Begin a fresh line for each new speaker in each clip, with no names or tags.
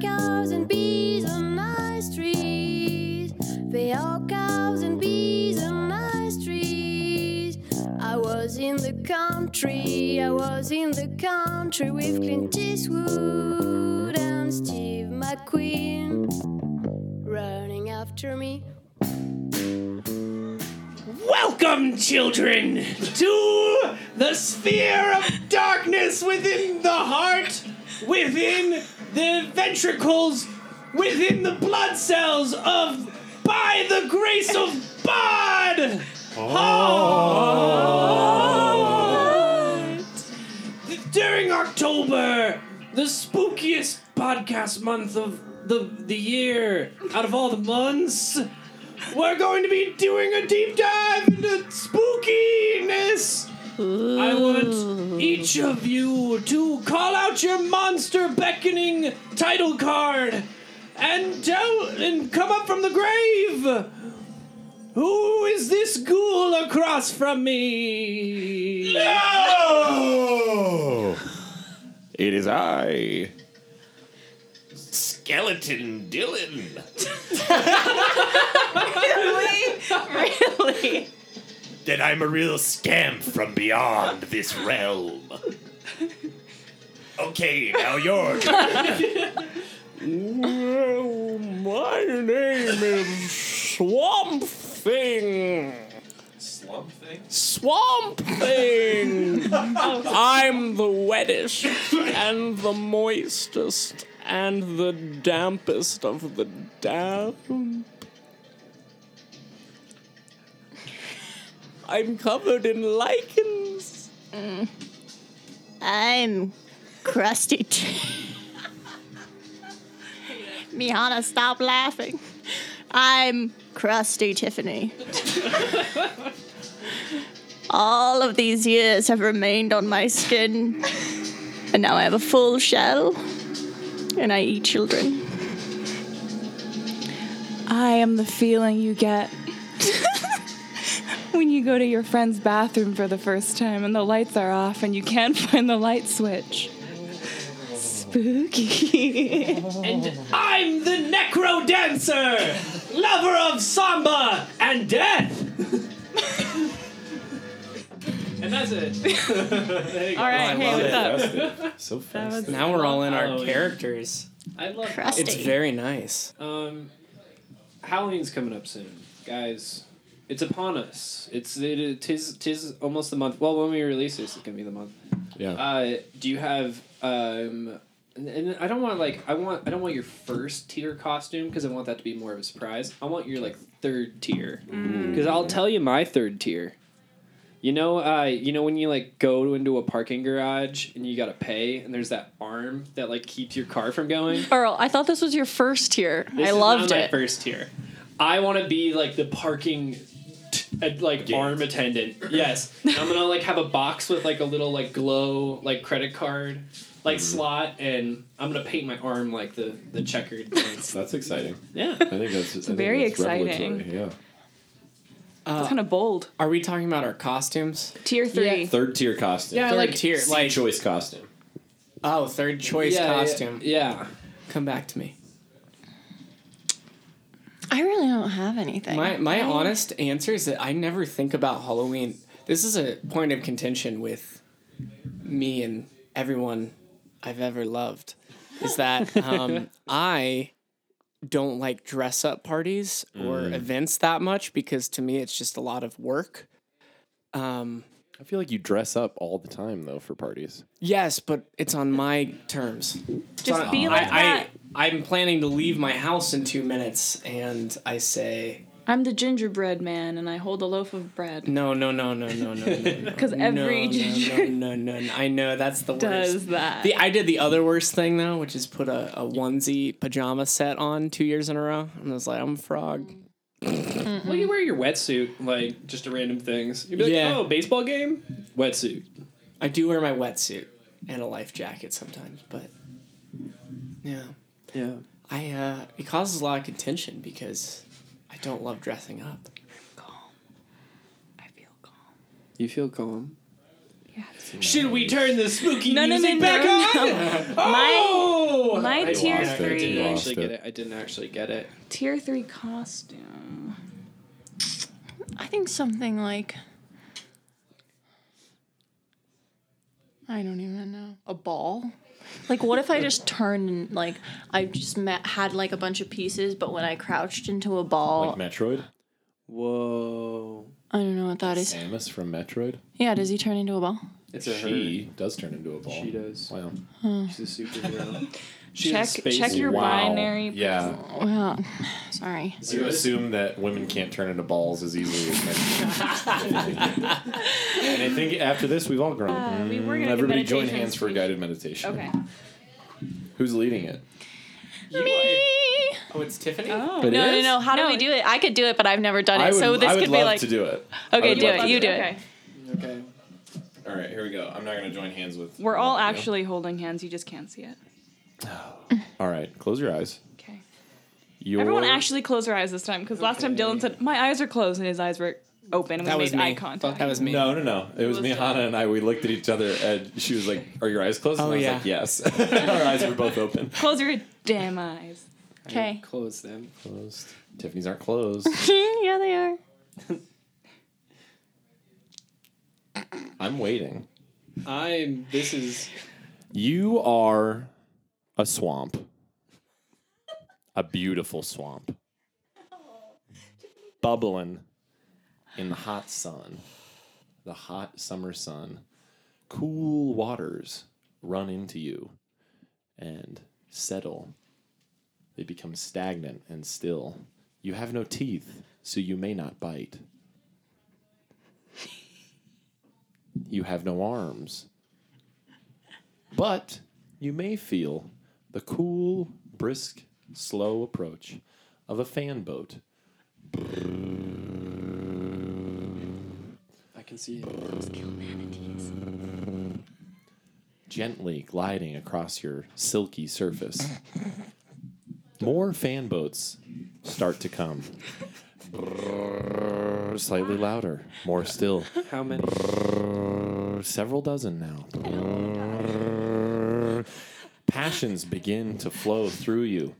cows and bees on my street. There are cows and bees on my street. I was in the country, I was in the country with Clint Eastwood and Steve McQueen running after me.
Welcome, children, to the sphere of darkness within the heart, within the ventricles, within the blood cells of by the grace of God. Heart. Ah. During October, the spookiest podcast month of the the year out of all the months. We're going to be doing a deep dive into spookiness. I want each of you to call out your monster beckoning title card and tell and come up from the grave. Who is this ghoul across from me?
No! It is I.
Skeleton Dylan.
really? really?
That I'm a real scamp from beyond this realm. Okay, now you're.
Well, my name is Swamp Thing. Swamp Thing? Swamp Thing! I'm the wettest and the moistest and the dampest of the damp. I'm covered in lichens.
I'm crusty. Mihana, stop laughing. I'm crusty Tiffany. All of these years have remained on my skin, and now I have a full shell, and I eat children.
I am the feeling you get when you go to your friend's bathroom for the first time and the lights are off and you can't find the light switch. Spooky.
And I'm the necro dancer, lover of samba and death. and that's it. There you go.
All right, hey, what's up?
So fast.
Now we're all in our
Halloween.
characters.
I love
Crusty.
It's very nice.
Um, Halloween's coming up soon, guys. It's upon us. It's it, tis tis almost the month. Well, when we release this, it's gonna be the month.
Yeah.
Uh, do you have um? And, and I don't want like I want I don't want your first tier costume because I want that to be more of a surprise. I want your like third tier because I'll tell you my third tier. You know, uh, you know when you like go into a parking garage and you gotta pay, and there's that arm that like keeps your car from going.
Earl, I thought this was your first tier.
This
I
is not
loved
my
it.
first tier. I want to be like the parking, t- uh, like arm attendant. Yes, And I'm gonna like have a box with like a little like glow like credit card, like slot, and I'm gonna paint my arm like the the checkered. Thing.
That's exciting.
yeah.
I think that's just
Very exciting.
Yeah.
It's kind of bold.
Uh,
Are we talking about our costumes?
Tier three.
Third tier costume.
Yeah,
Third
like
tier, like
Choice costume.
oh, third choice
yeah,
costume.
Yeah.
Mm-hmm.
Come back to me.
I really don't have anything.
My my honest answer is that I never think about Halloween. This is a point of contention with me and everyone I've ever loved. Is that um, I don't like dress up parties or events that much because to me it's just a lot of work. Um,
I feel like you dress up all the time though for parties.
Yes, but it's on my terms. uh,
Just be like
I,
that.
I I'm planning to leave my house in two minutes, and I say
I'm the gingerbread man and I hold a loaf of bread.
no, no, no, no, no, no, no,
Because
no,
every
no,
ginger
no, no, no, no. I know that's the
does
worst.
that.
The I did the other worst thing though, which is put a, a onesie pajama set on two years in a row, and I was like, I'm a frog.
Well, you wear your wetsuit like just to random things. You'd be like,
Yeah.
oh, baseball game, wetsuit.
I do wear my wetsuit and a life jacket sometimes, but yeah,
Yeah.
I uh, it causes a lot of contention because I don't love dressing up.
I feel calm.
You feel calm. Should we turn the spooky
No, no, no,
music
no,
back on?
My,
Oh!
my tier
I didn't
three,
actually get it. I didn't actually get it.
tier three costume.
I think something like
I don't even know.
a ball. Like, what if I just turned and, like, I just met, had, like, a bunch of pieces, but when I crouched into a ball,
Like Metroid?
Whoa.
I don't know what that is.
Samus from Metroid?
Yeah, does he turn into a ball?
It's a her.
She does turn into a ball.
She does.
Wow.
She's a superhero.
Check, check your
Wow.
binary.
Yeah.
Well, sorry.
You assume that women can't turn into balls as easily as men. and I think after this, we've all grown. Mm.
Uh, we were gonna do
Everybody join
meditation
hands for a guided meditation.
Okay.
Who's leading it?
Oh, it's Tiffany.
It
no, no,
is?
no. How do we do it? I could do it, but I've never done it.
I would,
so this
I would
could
love
be like,
to do it. I
okay,
would
do
love
it.
to
You do it.
Okay.
Okay.
All right, here we go. I'm not going to join hands with.
We're all
you.
actually holding hands. You just can't see it.
All right, close your eyes.
Okay.
Your,
Everyone actually close their eyes this time because last time Dylan said my eyes are closed and his eyes were open and we
That
made
was me.
eye contact.
That was me.
No, no, no. It was me, Hannah, and I. We looked at each other, and she was like, "Are your eyes closed?" And
Oh,
I was
yeah.
like, "Yes." Our eyes were both open.
Close your damn eyes.
Okay.
Close them.
Closed. Tiffany's aren't closed.
yeah, they are.
I'm waiting.
I'm. This is.
You are a swamp. A beautiful swamp. Bubbling in the hot sun. The hot summer sun. Cool waters run into you and settle. They become stagnant and still. You have no teeth, so you may not bite. You have no arms, but you may feel the cool, brisk, slow approach of a fan boat.
I can see it.
gently gliding across your silky surface. More fan boats start to come. Brrrr, Slightly louder, more still.
How many?
Brrrr, Several dozen now. Brrrr. Passions begin to flow through you.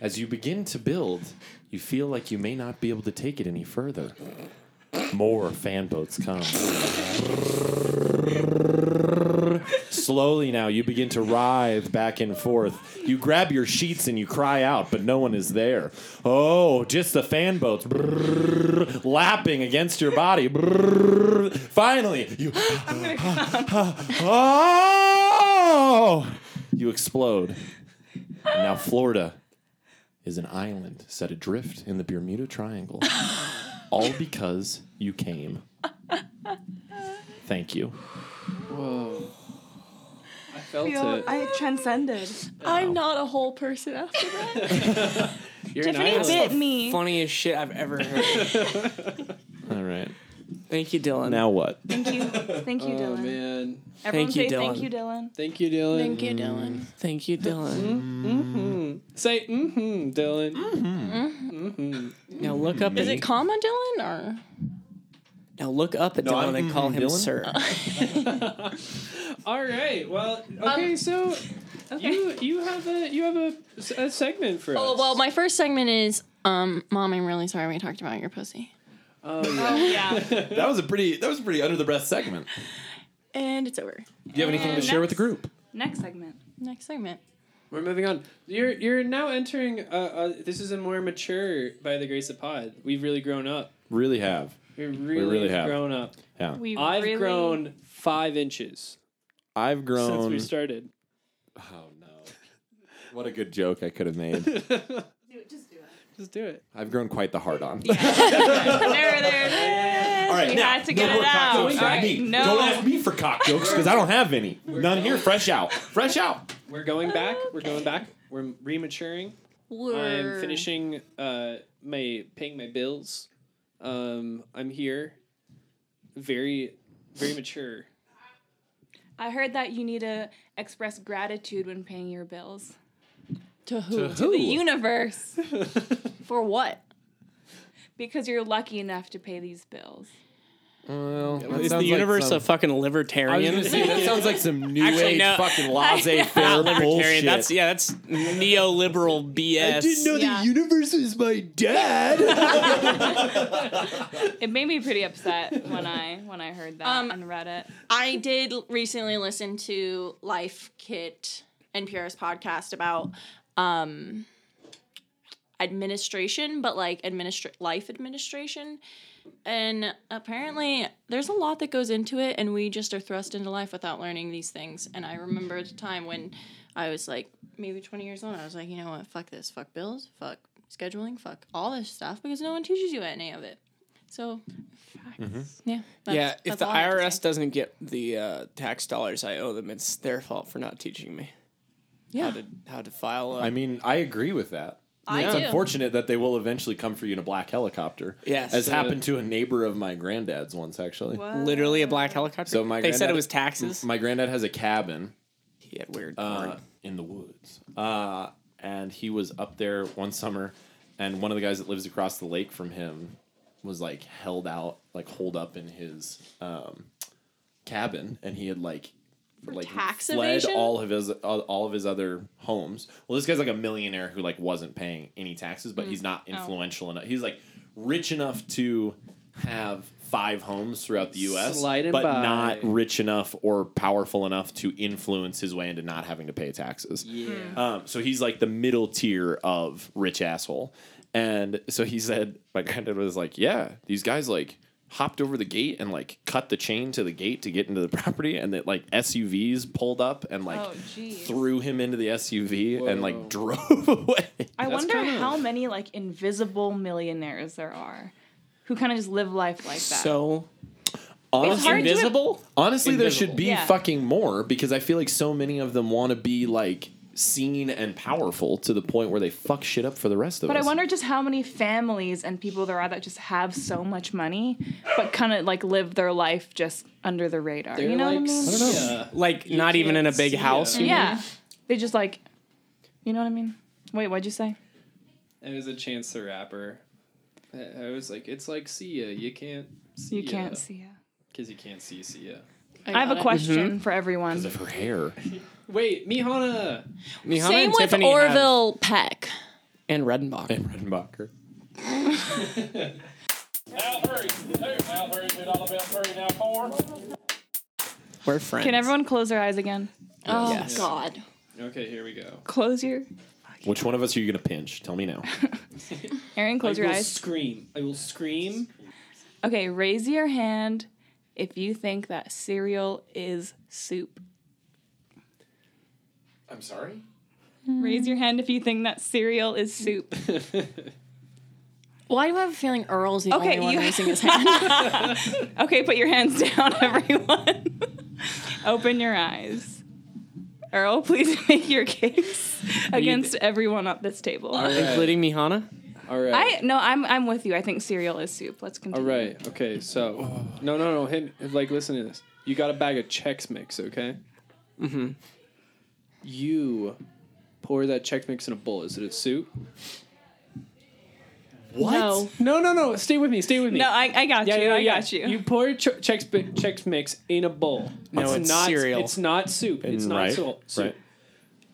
As you begin to build, you feel like you may not be able to take it any further. More fan boats come. Slowly now, you begin to writhe back and forth. You grab your sheets and you cry out, but no one is there. Oh, just the fan boats brrrr, lapping against your body. Brrrr. Finally, you. oh! You explode. And now, Florida is an island set adrift in the Bermuda Triangle. All because you came. Thank you.
Whoa. I felt it.
I transcended.
I'm not a whole person after that.
You're
Tiffany
an
bit me.
Funniest shit I've ever heard.
All right.
Thank you, Dylan.
Now what?
Thank you. Thank you,
Oh
Dylan.
man.
Everyone
Thank you,
say thank
Dylan.
you, Dylan.
Thank you, Dylan.
Thank you, Dylan.
Thank you, Dylan.
Say mm-hmm, Dylan.
now look up.
Is
At,
it comma Dylan
Oh,
or?
now look up at
No,
Dylan
I'm-
and call him
Dylan?
sir.
All right. Well, okay. so you you have a you have a, a segment for
Oh
us.
well, my first segment is um, mom. I'm really sorry we talked about your pussy.
That was a pretty. That was a pretty under the breath segment.
And it's over.
Do you have anything to
And
share with the
that's-
group?
Next segment.
Next segment.
We're moving on. You're you're now entering. Uh, uh, this is a more mature by the grace of Pod. We've really grown up.
Really have.
We really,
really have.
grown up.
Yeah.
We
I've
really-
grown five inches
I've
since
grown.
we started.
oh no! What a good joke I could have made.
Just do it.
I've grown quite the hard on.
There, there, there.
All right,
we
now,
had to get
no
it
more cock
out.
jokes
All
by
right,
me.
no.
Don't ask me for cock jokes because I don't have any. None here. Fresh out. Fresh out.
We're going back. We're going back. We're rematuring. I'm finishing uh, my paying my bills. Um, I'm here. Very, very mature.
I heard that you need to express gratitude when paying your bills.
To who?
The universe.
For what?
Because you're lucky enough to pay these bills.
Well, that
Is
sounds
the
like
universe
some-
a fucking
I was
libertarian?
gonna say that sounds like some new
Actually,
age
no.
fucking laissez faire
Not
bullshit.
libertarian. That's yeah. That's neoliberal BS.
Yeah.
universe is my dad.
It made me pretty upset when I when I heard that
Um,
and read it.
I did l- recently listen to Life Kit NPR's podcast about um administration, but like administra- life administration. And apparently there's a lot that goes into it and we just are thrust into life without learning these things. And I remember a time when I was like maybe 20 years old, I was like, you know what, fuck this, fuck bills, fuck scheduling, fuck all this stuff because no one teaches you any of it. So yeah. that's-
yeah, if
that's
the
all I have to
IRS
say.
doesn't get the uh, tax dollars I owe them, it's their fault for not teaching me
yeah.
how to how to file. A,
I mean, I agree with that.
I
it's
do.
unfortunate that they will eventually come for you in a black helicopter.
Yes.
as happened to a neighbor of my granddad's once actually.
literally a black helicopter.
So my
they said
granddad-
it was taxes.
My granddad has a cabin
he had weird.
uh,
porn.
in the woods. Uh, and he was up there one summer, and one of the guys that lives across the lake from him was like held out, like holed up in his um, cabin, and he had like like
tax
fled
evasion?
all of his all, all of his other homes. Well, this guy's like a millionaire who like wasn't paying any taxes,
Mm.
but he's
Oh.
not influential enough. He's like rich enough to have five homes throughout the U.S.,
Sliding
but
by.
not rich enough or powerful enough to influence his way into not having to pay taxes.
Hmm.
Um, so he's like the middle tier of rich asshole. And so he said, my granddad was like, yeah, these guys like hopped over the gate and like cut the chain to the gate to get into the property. And that like SUVs pulled up and like
Oh, geez.
threw him into the SUV and like drove away.
I
That's
wonder
kind of-
how many like invisible millionaires there are who kind of just live life like that.
so
it's hard to-
invisible.
Honestly, there should be
Yeah.
fucking more because I feel like so many of them want to be like seen and powerful to the point where they fuck shit up for the rest of
But I
us.
wonder just how many families and people there are that just have so much money, but kind of like live their life just under the radar. you know what I mean?
like not even in a big house.
it.
Yeah, they just like, you know what I mean? Wait, what'd you say?
It was a chance the rapper. I I was like, it's like see ya. You can't see
You can't see it.
Because you can't see see ya.
I, have
got
a
it.
question for everyone.
of her hair.
Mhm.
Wait, Mihana!
Mihana
Same
and
with
Tiffany have-
Orville Peck.
and Redenbach.
And Redenbacher.
We're friends.
Can everyone close their eyes again?
Oh
Yes.
God.
Okay, here we go.
Close your
Which one of us are you going to pinch? Tell me now.
Aaron, close
I
your
will
eyes.
scream. I will scream.
Okay, raise your hand if you think that cereal is soup.
I'm sorry?
Raise your hand if you think that cereal is soup.
Why do I have a feeling Earl's the
Okay,
only one
you-
raising his hand?
Okay, put your hands down, everyone. Open your eyes. Earl, please make your case against everyone at this table.
including Mihana?
All right.
I no, I'm I'm with you. I think cereal is soup. Let's
All
continue.
right. Okay. So, no, no, no. Him, like, listen to this. You got a bag of Chex Mix, okay? Mm-hmm. You pour that Chex Mix in a bowl. Is it a soup?
What? No.
No, no, no. Stay with me. Stay with me.
No, I, I got you. I got you.
You pour ch- Chex, Mi- Chex Mix in a bowl.
No, it's,
not
cereal.
It's not soup. It's not
right,
sou- soup.
right.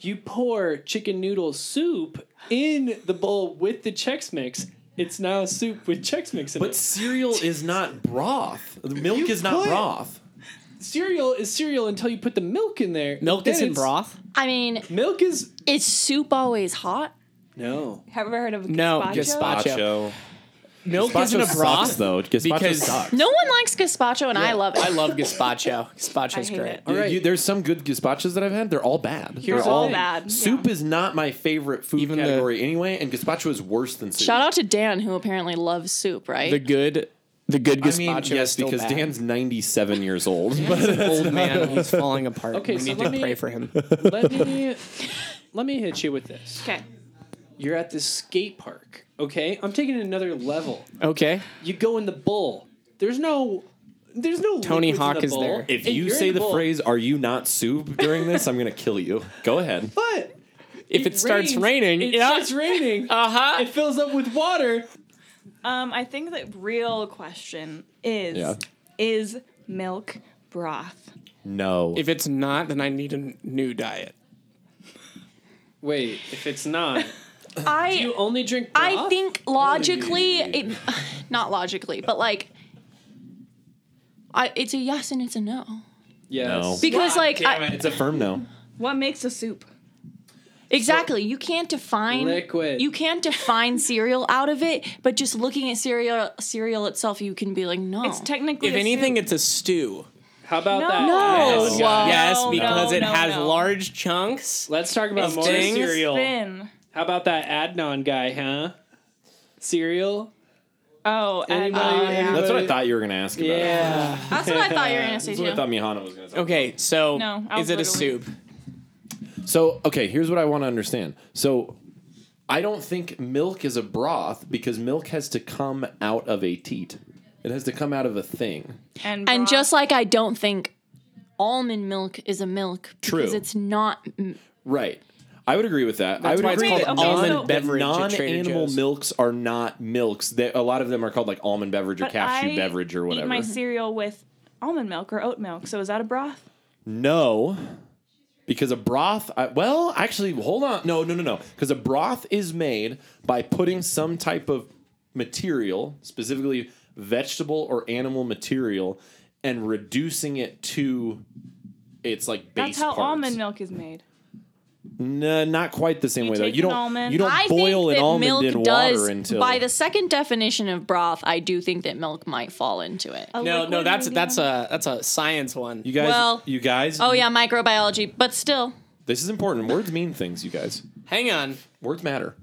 You pour chicken noodle soup in the bowl with the Chex Mix. It's now soup with Chex Mix in
But
it.
cereal is not broth. The milk
You
is not
put-
broth.
cereal is cereal until you put the milk in there.
Milk
Then
isn't
it's-
broth?
I mean,
Milk is
is soup always hot?
no.
Have you ever heard of
No,
gazpacho?
gazpacho. Milk
Gazpacho
isn't a broth.
sucks, though. Gazpacho
because-
sucks.
No one likes gazpacho, and I love it.
I love gazpacho. Gazpacho's
I hate
great.
it.
You-
right.
you- there's some good gazpachos that I've had. They're all bad.
Here's
They're all
all bad,
Soup is not my favorite food
Even the-
category anyway, and gazpacho is worse than soup.
Shout out to Dan, who apparently loves soup, right?
The good, the good
I
gazpacho.
mean,
is
yes,
still
because
bad.
Dan's 97 years old. but
old man, he's falling apart.
Okay,
we
so
need
let
to
me-
pray for him.
Let me let me hit you with this.
okay.
You're at this skate park, okay? I'm taking it another level.
Okay,
You go in the bowl. There's no there's no
Tony
liquids in
Hawk
the
is
bowl.
there.
if
And
you
you're in
say the
bowl.
phrase, are you not soup during this, I'm going to kill you. Go ahead.
but
if it starts
rains,
raining,
it
yeah.
starts raining.
uh huh.
it fills up with water.
Um, I think the real question is
Yeah.
is milk broth.
No.
If it's not, then I need a n- new diet.
Wait, if it's not,
I
you only drink. Broth?
I think logically, it, not logically, but like, I it's a yes and it's a no
yes.
No.
because like I,
it's a firm no.
What makes a soup?
exactly you can't define
Liquid.
You can't define cereal out of it, but just looking at cereal cereal itself, you can be like, no,
It's technically
If
a
anything,
soup.
it's a stew.
How about that?
no. Well,
Oh,
Yes.
yes,
no,
because
no,
it
no,
has
no.
large chunks.
Let's talk about
It's
more
things.
cereal.
thin.
How about that Adnan guy, huh? Cereal.
Oh, and
Anybody- anybody-
That's what I thought you were going to ask about.
Yeah.
that's what I thought you were gonna say
That's what I
too.
thought Mihana was going to say.
Okay, so
No, I
is
was
it a
literally-
soup?
So, okay, here's what I want to understand. So, I don't think milk is a broth because milk has to come out of a teat. It has to come out of a thing.
and,
And
broth.
just like I don't think almond milk is a milk because
True.
it's not. m-
Right. I would agree with that. I
That's
would
why it's
agree
called
that
Wait, okay,
almond
so-
beverage.
non-
Non animal
Joe's.
milks are not milks. They, a lot of them are called like almond beverage or
But
cashew
I
beverage or
Eat
whatever.
my cereal with almond milk or oat milk. So is that a broth?
No, because a broth. I, well, actually, hold on. No, no, no, no. Because a broth is made by putting some type of material, specifically vegetable or animal material, and reducing it to its like
That's
base
how
parts.
almond milk is made.
No, not quite the same way though.
take
You
an
don't.
almond-
You don't
I
boil
think
an
that
almond
milk
in
does.
water until
By the second definition of broth, I do think that milk might fall into it.
A
No, no,
liquid
that's
medium?
that's a that's a science one.
you guys.
well-
you guys.
Oh yeah, microbiology, but still,
This is important. Words mean things. You guys.
Hang on.
Words matter.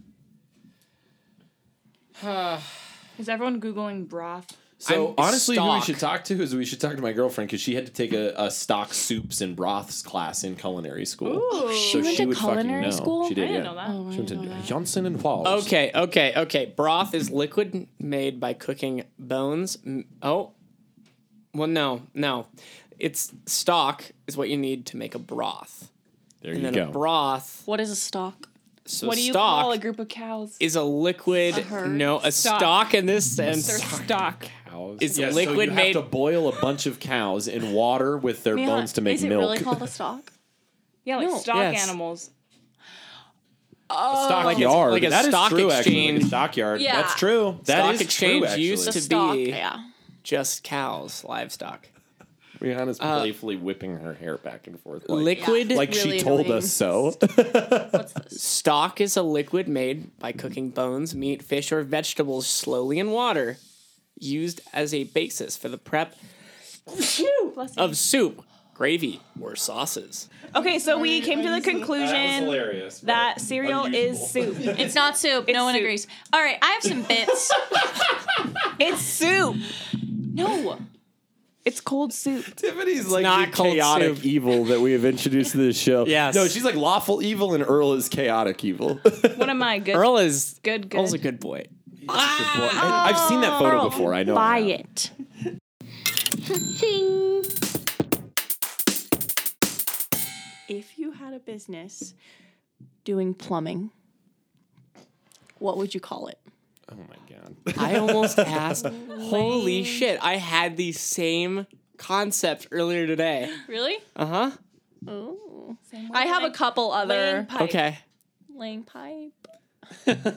Is everyone googling broth?
So
I'm
honestly, who we
stock.
should talk to is we should talk to my girlfriend because she had to take a, a stock soups and broths class in culinary school.
Ooh.
so
She went to
fucking
culinary
know.
school?
She
Oh,
did,
I didn't
yeah.
know that.
She went to Johnson and Walls.
Okay, okay, okay. Broth is liquid made by cooking bones. m- Oh, well, no, no. It's stock is what you need to make a broth.
there
And
you
then
go.
a broth.
what is a stock?
So
what do you
stock
call a group of cows?
is a liquid.
herd?
no, a stock.
Stock.
in this
They're
sense.
stock.
Cows.
It's
Yeah, so
liquid
you
made-
have to boil a bunch of cows in water with their bones to make
is it
milk.
really called a stock?
Yeah, like
No.
stock
Yes.
animals.
a
Like a-
stockyard.
like a
That is
stock
true, actually.
exchange.
Like a stockyard.
Yeah.
That's true. That
Stock
is
exchange
true, actually.
used
The
to
stock,
be-
yeah.
Just cows, livestock.
Rihanna's playfully whipping her hair back and forth. Like,
liquid
like
Really
she told
annoying.
us so.
Stock is a liquid made by cooking bones, meat, fish, or vegetables slowly in water, used as a basis for the prep
Bless you.
of soup, gravy, or sauces.
Okay, so we came to the conclusion
hilarious.
that cereal is soup.
It's not soup. no one
soup.
agrees. All right, I have some bits.
It's soup.
no,
It's cold soup.
Tiffany's like
not
the
cold
chaotic
soup.
evil that we have introduced to this show.
Yes.
No, she's like lawful evil and Earl is chaotic evil.
What am I? Good.
Earl is
Good, good.
Earl's a good boy.
I, have seen that photo before. I know.
Oh.
Oh
buy
I have.
it. if you had a business doing plumbing, what would you call it?
Oh my god.
I almost asked. Holy shit! I had the same concept earlier today.
Really?
Uh huh.
Oh. I have a couple other
Okay.
laying pipe.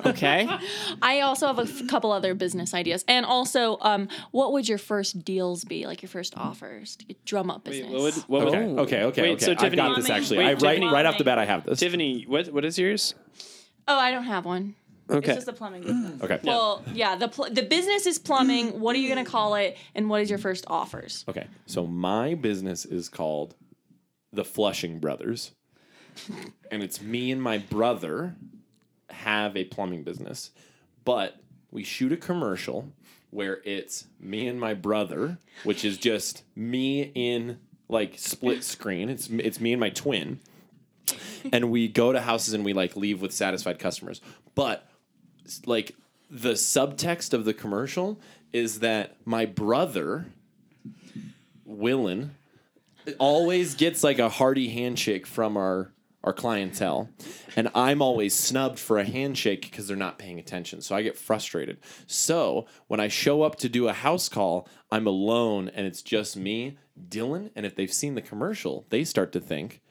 Okay.
I also have a f- couple other business ideas, and also, um, what would your first deals be? Like your first offers to get- drum up business.
What would, what would-
Okay. Okay. Okay.
Wait,
okay.
so
I've
Tiffany-
got this actually.
Wait,
I right
Tiffany-
right off the bat I have this.
Tiffany, what what is yours?
oh, I don't have one.
Okay.
Just the plumbing. business.
Okay.
Well, yeah, the pl- the business is plumbing. What are you gonna call it? And what is your first offers?
Okay. So my business is called the Flushing Brothers, and it's me and my brother have a plumbing business, but we shoot a commercial where it's me and my brother, which is just me in like split screen. It's it's me and my twin, and we go to houses and we like leave with satisfied customers, but like. The subtext of the commercial is that my brother Willen always gets like a hearty handshake from our our clientele, and I'm always snubbed for a handshake because they're not paying attention. So I get frustrated. So when I show up to do a house call, I'm alone and it's just me, Dylan. And if they've seen the commercial, they start to think,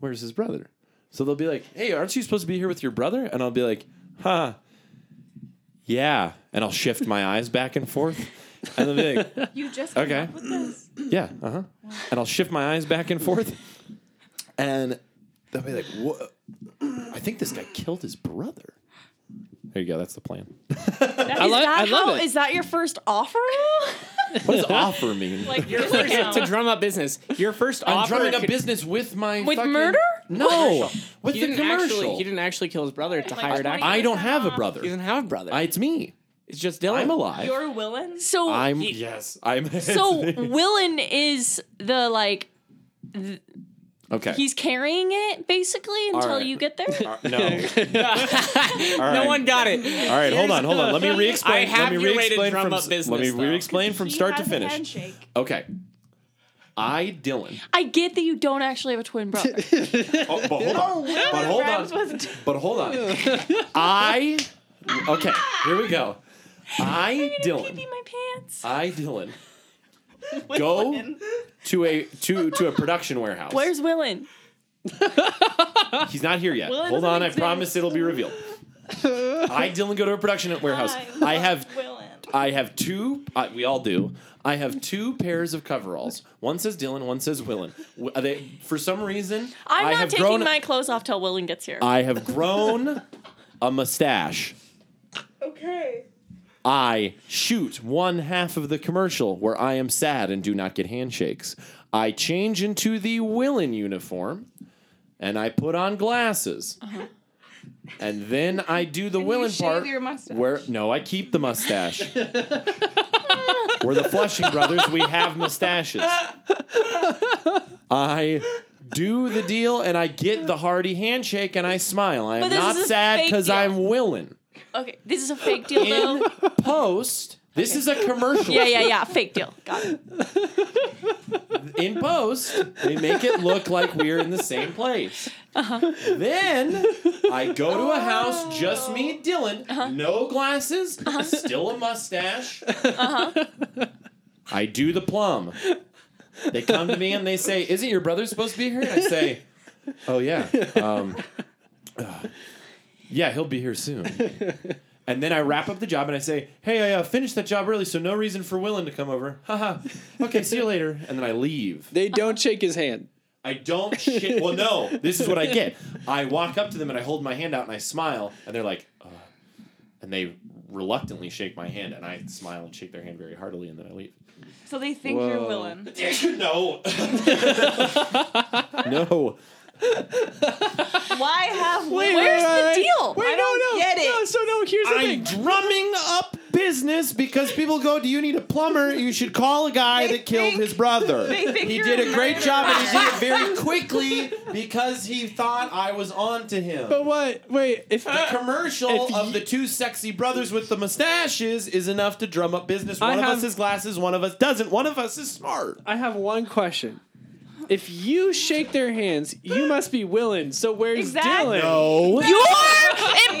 where's his brother? So they'll be like, hey, aren't you supposed to be here with your brother? And I'll be like, huh, yeah. And I'll shift my eyes back and forth. And they'll be like,
You just
came Okay. up yeah, uh huh. And I'll shift my eyes back and forth. And they'll be like, what? I think this guy killed his brother. There you go. That's the plan.
I, lo- I love it.
Is that your first offer?
What does offer mean?
like your
to drum up business. Your first
I'm
offer
drumming up
could-
business with my
With
fucking-
murder?
No, with
He
the
didn't
commercial.
actually. He didn't actually kill his brother to hire an actor.
I don't have a brother.
He doesn't have a brother.
I- it's me.
it's just Dylan.
I'm alive.
Your Willen.
So I'm
he-
yes. I'm
So Willen is the like
okay.
he's carrying it basically until
right.
you get there.
no. All right.
No one got it.
All right, hold on, hold on. Let me re-explain.
I have
let me
your way to
re-explain
drum
from
up
s-
business,
Let me
though.
re-explain from start to finish.
handshake.
Okay. I Dylan.
I get that you don't actually have a twin brother.
Oh, but hold on. But hold on. But hold on. I Okay, here we go. I
Pee
Dylan.
my pants.
I Dylan. Go to a to to a production warehouse.
Where's Willen?
He's not here yet.
Willen
Hold
doesn't
on, I
exist.
promise it'll be revealed. I Dylan go to a production warehouse. I have I have two. I, we all do. I have two pairs of coveralls. One says Dylan. One says Willen. W- They, for some reason,
I'm
I
not
have
taking
grown.
my clothes off till Willen gets here.
I have grown a mustache.
Okay.
I shoot one half of the commercial where I am sad and do not get handshakes. I change into the Willen uniform and I put on glasses. And then I do the Willen
Uh-huh. shave
part
your mustache.
where no, I keep the mustache. We're the Flushing brothers, we have mustaches. I do the deal and I get the hearty handshake and I smile. I am
But this
not
is a
sad
fake
because
deal.
I'm Willen
okay, this is a fake deal
in
though.
post. This is a commercial.
yeah, yeah, yeah. Fake deal. Got it.
In post, they make it look like we're in the same place. Then I go to a house, just me and Dylan, no glasses, still a mustache. I do the plum. They come to me and they say, Isn't your brother supposed to be here? And I say, Oh, yeah. Um, uh, yeah, he'll be here soon. And then I wrap up the job and I say, "Hey, I uh, finished that job early, so no reason for Willen to come over." Haha. okay, see you later. And then I leave.
They don't shake his hand.
I don't shit. Well, no. This is what I get. I walk up to them and I hold my hand out and I smile, and they're like, uh, and they reluctantly shake my hand, and I smile and shake their hand very heartily, and then I leave.
So they think
Whoa.
you're Willen.
no. no.
Why have Willen?
Where's
wait,
the
wait.
deal?
Wait,
I
no,
don't
no,
get it.
no. So no, here's the
I'm
thing.
drumming up business because people go, "Do you need a plumber? You should call a guy
They
that killed
think-
his brother.
they think
He
you're
did a
a
great
murderer."
job, and he did it very quickly because he thought I was on to him."
But what? Wait, if
the commercial
If
of
ye-
the two sexy brothers with the mustaches is enough to drum up business.
I
One of
have-
us has glasses, one of us doesn't. One of us is smart.
I have one question. If you shake their hands, you must be willing. So where's Dylan?
Exactly.
Oh.
No.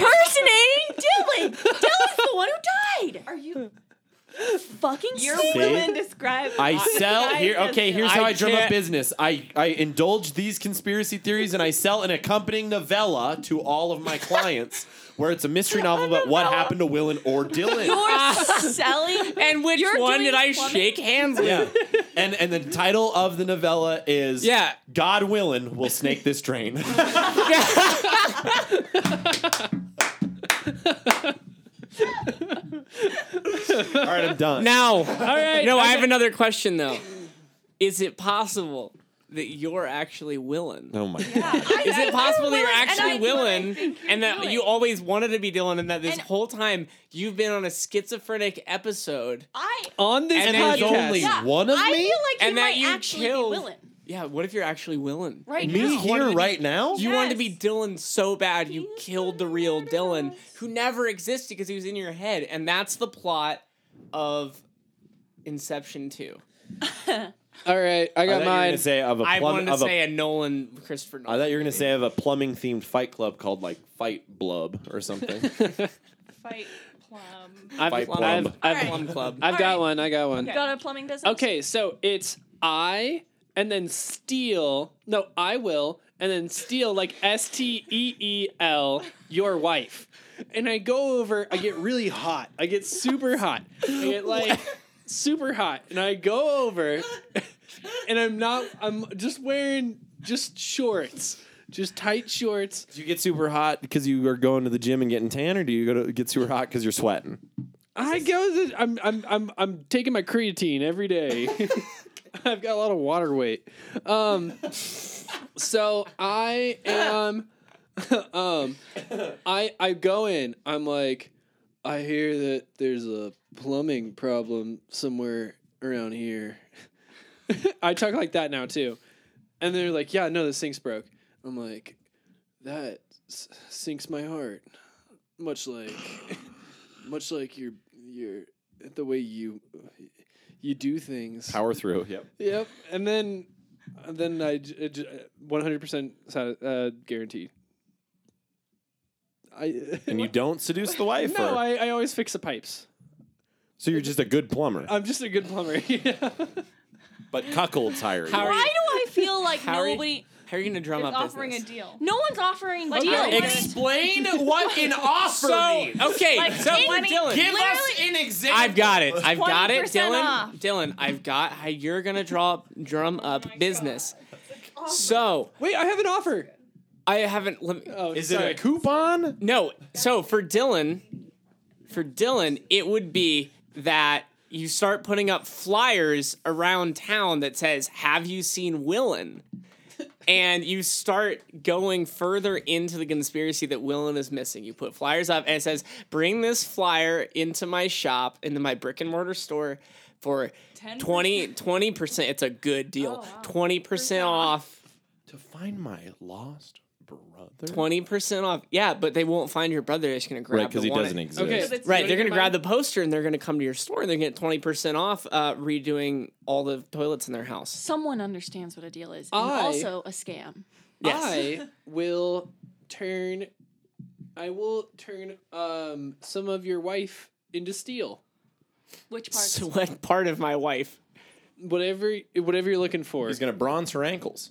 You're impersonating Dylan. Dylan's the one who died. Are you fucking
You're
stupid?
Willen described.
I sell
Guys,
here. Okay, here's
I
how I drum up
can't-
business. I I indulge these conspiracy theories and I sell an accompanying novella to all of my clients, where it's a mystery novel about what happened to Willen or Dylan.
You're selling.
And which
You're
one
doing
did I
plumbing?
shake hands with?
Yeah, and and the title of the novella is
Yeah.
God Willen will snake this drain. All right, I'm done.
Now, no, I have another question though. Is it possible that you're actually willing?
oh my god.
Is it possible that you're
willing, and
actually
I do what I
willing, and that you always wanted to be Dylan, and that this
And-
whole time you've been on a schizophrenic episode?
I.
On this
And
There's
there's
podcast,
only
Yeah,
one of
I
me.
feel like
And
he
that
might
you
actually
killed-
be Willen.
Yeah, what if you're actually willing?
Right
me
now.
here right now.
You wanted to be
Yes.
Dylan so bad, you killed the real Dylan, who never existed because he was in your head, and that's the plot of Inception Two.
All right, I
I thought
got
you were
mine.
gonna say of a
I
plum-
wanted to
of a-
say a Nolan Christopher
I
Nolan.
thought you were gonna say of a plumbing themed fight club called like Fight Blub or something.
Fight plum.
I've,
Fight plum.
I've, I've,
All
Plum Club.
I've
All
got
right.
one. I got one.
You got a plumbing business?
Okay, so it's I and then steal. No, I will and then steal like S T E E L your wife. And I go over. I get really hot. I get super hot. I get like super hot. And I go over, and I'm not. I'm just wearing just shorts, just tight shorts.
do you get super hot because you are going to the gym and getting tan, or do you go to get super hot because you're sweating?
I go. To, I'm. I'm. I'm. I'm taking my creatine every day. I've got a lot of water weight. Um, so I am. um, I I go in. I'm like, I hear that there's a plumbing problem somewhere around here. I talk like that now too, and they're like, "Yeah, no, the sink's broke." I'm like, that s- sinks my heart, much like much like your your the way you you do things.
Power through. Yep.
Yep, and then and then I one hundred percent uh, guaranteed. I
And you don't seduce the wife.
no,
or-
I, I always fix the pipes.
so you're just a good plumber,
I'm just a good plumber. yeah.
but cuckolds hire you.
How are
Why
you,
do I feel like
How are you-
nobody?
how are you gonna drum
It's
up
offering
business?
a deal.
No one's offering
Like,
deal.
Eric-
Explain what an offer means.
So okay,
Like,
so
take money-
Dylan,
Give us
Literally-
an example.
I've got it. I've got it,
20%
Dylan.
off.
Dylan, I've got how you're gonna draw up, drum up business. So
Wait, I have an offer.
I haven't. Let me,
Oh,
Is
sorry.
it a coupon?
No. So for Dylan, for Dylan, it would be that you start putting up flyers around town that says, "Have you seen Willen?" And you start going further into the conspiracy that Willen is missing. You put flyers up and it says, "Bring this flyer into my shop, into my brick and mortar store, for 20 percent. It's a good deal. Twenty percent off."
To find my lost brother.
Twenty percent off. Yeah, but they won't find your brother. They're just gonna grab.
Right, because
the
he
one-
doesn't exist.
Okay,
Right, they're gonna grab the poster and they're gonna come to your store and they're gonna get twenty percent off uh, redoing all the toilets in their house.
Someone understands what a deal is, and
I-
also a scam.
I will turn. I will turn um some of your wife into steel.
Which part?
So what part of my wife?
Whatever, whatever you're looking for.
He's gonna bronze her ankles.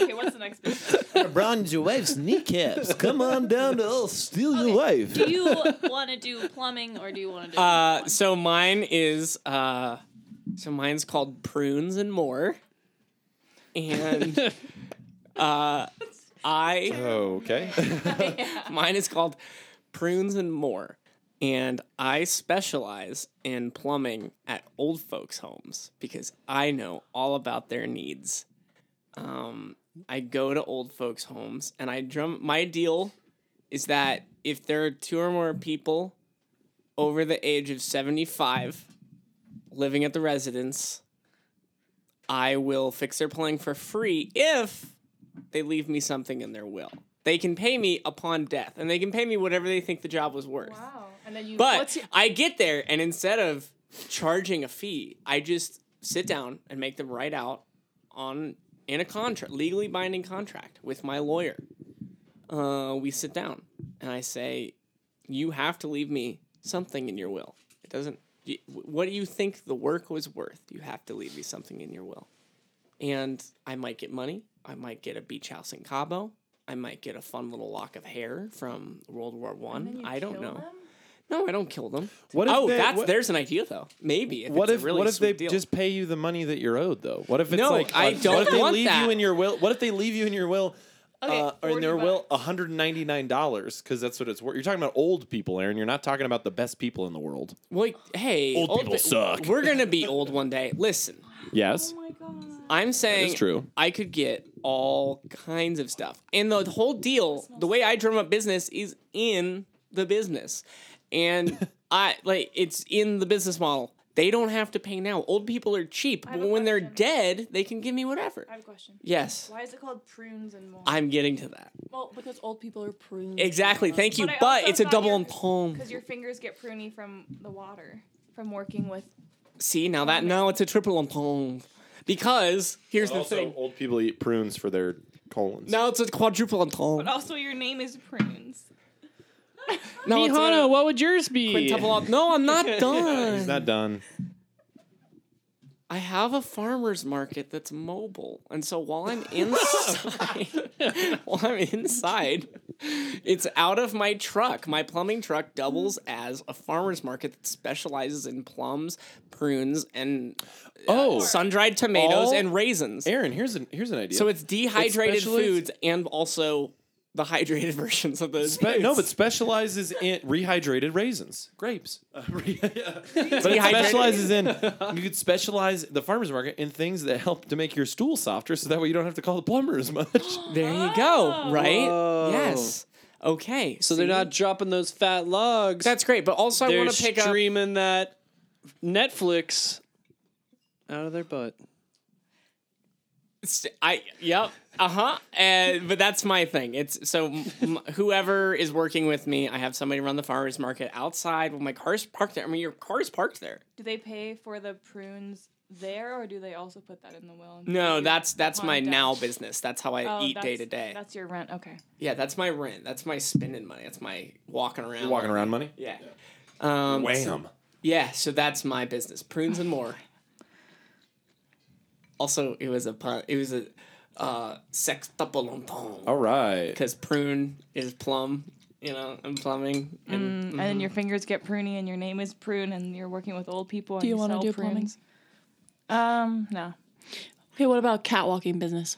Okay, what's the next business?
bronze your wife's kneecaps. Come on down to us, steal your wife.
do you want to do plumbing or do you want to do?
Uh, so mine is uh, so mine's called prunes and more, and uh, I.
okay.
Mine is called Prunes and More. And I specialize in plumbing at old folks' homes because I know all about their needs. Um, I go to old folks' homes and I drum. My deal is that if there are two or more people over the age of 75 living at the residence, I will fix their plumbing for free if they leave me something in their will. They can pay me upon death, and they can pay me whatever they think the job was worth.
Wow. And then you.
But I get there, and instead of charging a fee, I just sit down and make them write out on in a contract, legally binding contract with my lawyer. Uh, we sit down, and I say, "You have to leave me something in your will. It doesn't. y- What do you think the work was worth? You have to leave me something in your will." And I might get money. I might get a beach house in Cabo. I might get a fun little lock of hair from World War One. I don't know. No, I don't kill them.
What if
oh,
they-
that's
what-
there's an idea though. Maybe. If
What
it's
if
a really
what if
sweet
they
deal.
just pay you the money that you're owed though? What if it's
No,
like
I
uh,
don't
what if they
want
leave
that.
you in your will? What if they leave you in your will? uh, or in their
40
will, one hundred ninety nine dollars because that's what it's worth. You're talking about old people, Aaron. You're not talking about the best people in the world.
Wait, hey,
Old people
pe-
suck.
We're gonna be old one day. Listen,
Yes,
oh
I'm saying
true.
I could get all kinds of stuff, and the, the whole deal, the way I drum up business is in the business, and I like it's in the business model. They don't have to pay now. Old people are cheap, but
have a
when they're
question.
dead, they can give me whatever.
I have a question.
Yes,
Why is it called prunes and more?
I'm getting to that.
well, because old people are prunes.
Exactly. Thank you.
But I
But,
also
it's a
thought
double
your-
entendre.
Because your fingers get pruny from the water, from working with
See, now that, no, it's a triple entendre. Because, here's the
also,
thing.
old people eat prunes for their colons.
Now it's a quadruple entendre.
But also, your name is Prunes.
No, it's
Mihana,
a
what would yours be?
quintuple entendre. No, I'm not
He's
done.
not done.
I have a farmer's market that's mobile. And so while I'm inside, while I'm inside, it's out of my truck. My plumbing truck doubles as a farmer's market that specializes in plums, prunes, and
Oh,
sun-dried tomatoes
All-
and raisins.
Aaron, here's an here's an idea.
So it's dehydrated
specialized-
foods and also the hydrated versions of those.
Spe- no, but
foods.
specializes in rehydrated raisins, grapes. But it
Dehydrated-
specializes in you could specialize the farmers market in things that help to make your stool softer, so that way you don't have to call the plumber as much.
There you go. Right?
Whoa.
Yes. Okay.
So they're
see?
not dropping those fat logs.
That's great. But also, I
they're
want to pick up.
streaming that Netflix out of their butt.
St- I yep. Uh-huh. Uh But that's my thing. It's so m- whoever is working with me, I have somebody run the farmers market outside. Well, my car's parked there. I mean, your car's parked there.
Do they pay for the prunes there, or do they also put that in the will? and pay
No,
you
that's that's my
upon
now
death?
business. That's how I
Oh,
eat day
that's-
to day.
That's your rent. Okay.
Yeah, that's my rent. That's my spending money. That's my walking around.
Walking around money.
Yeah. Um, so-
Wham.
yeah. So that's my business. Prunes and more. Also, it was a pun. It was a uh, sextuple entendre.
All right.
because prune is plum, you know, and plumbing. And
Mm,
And then your fingers get pruny, and your name is Prune, and you're working with old people. And
Do you
want
wanna
to
do plumbing?
Um, no.
Okay, what about catwalking business?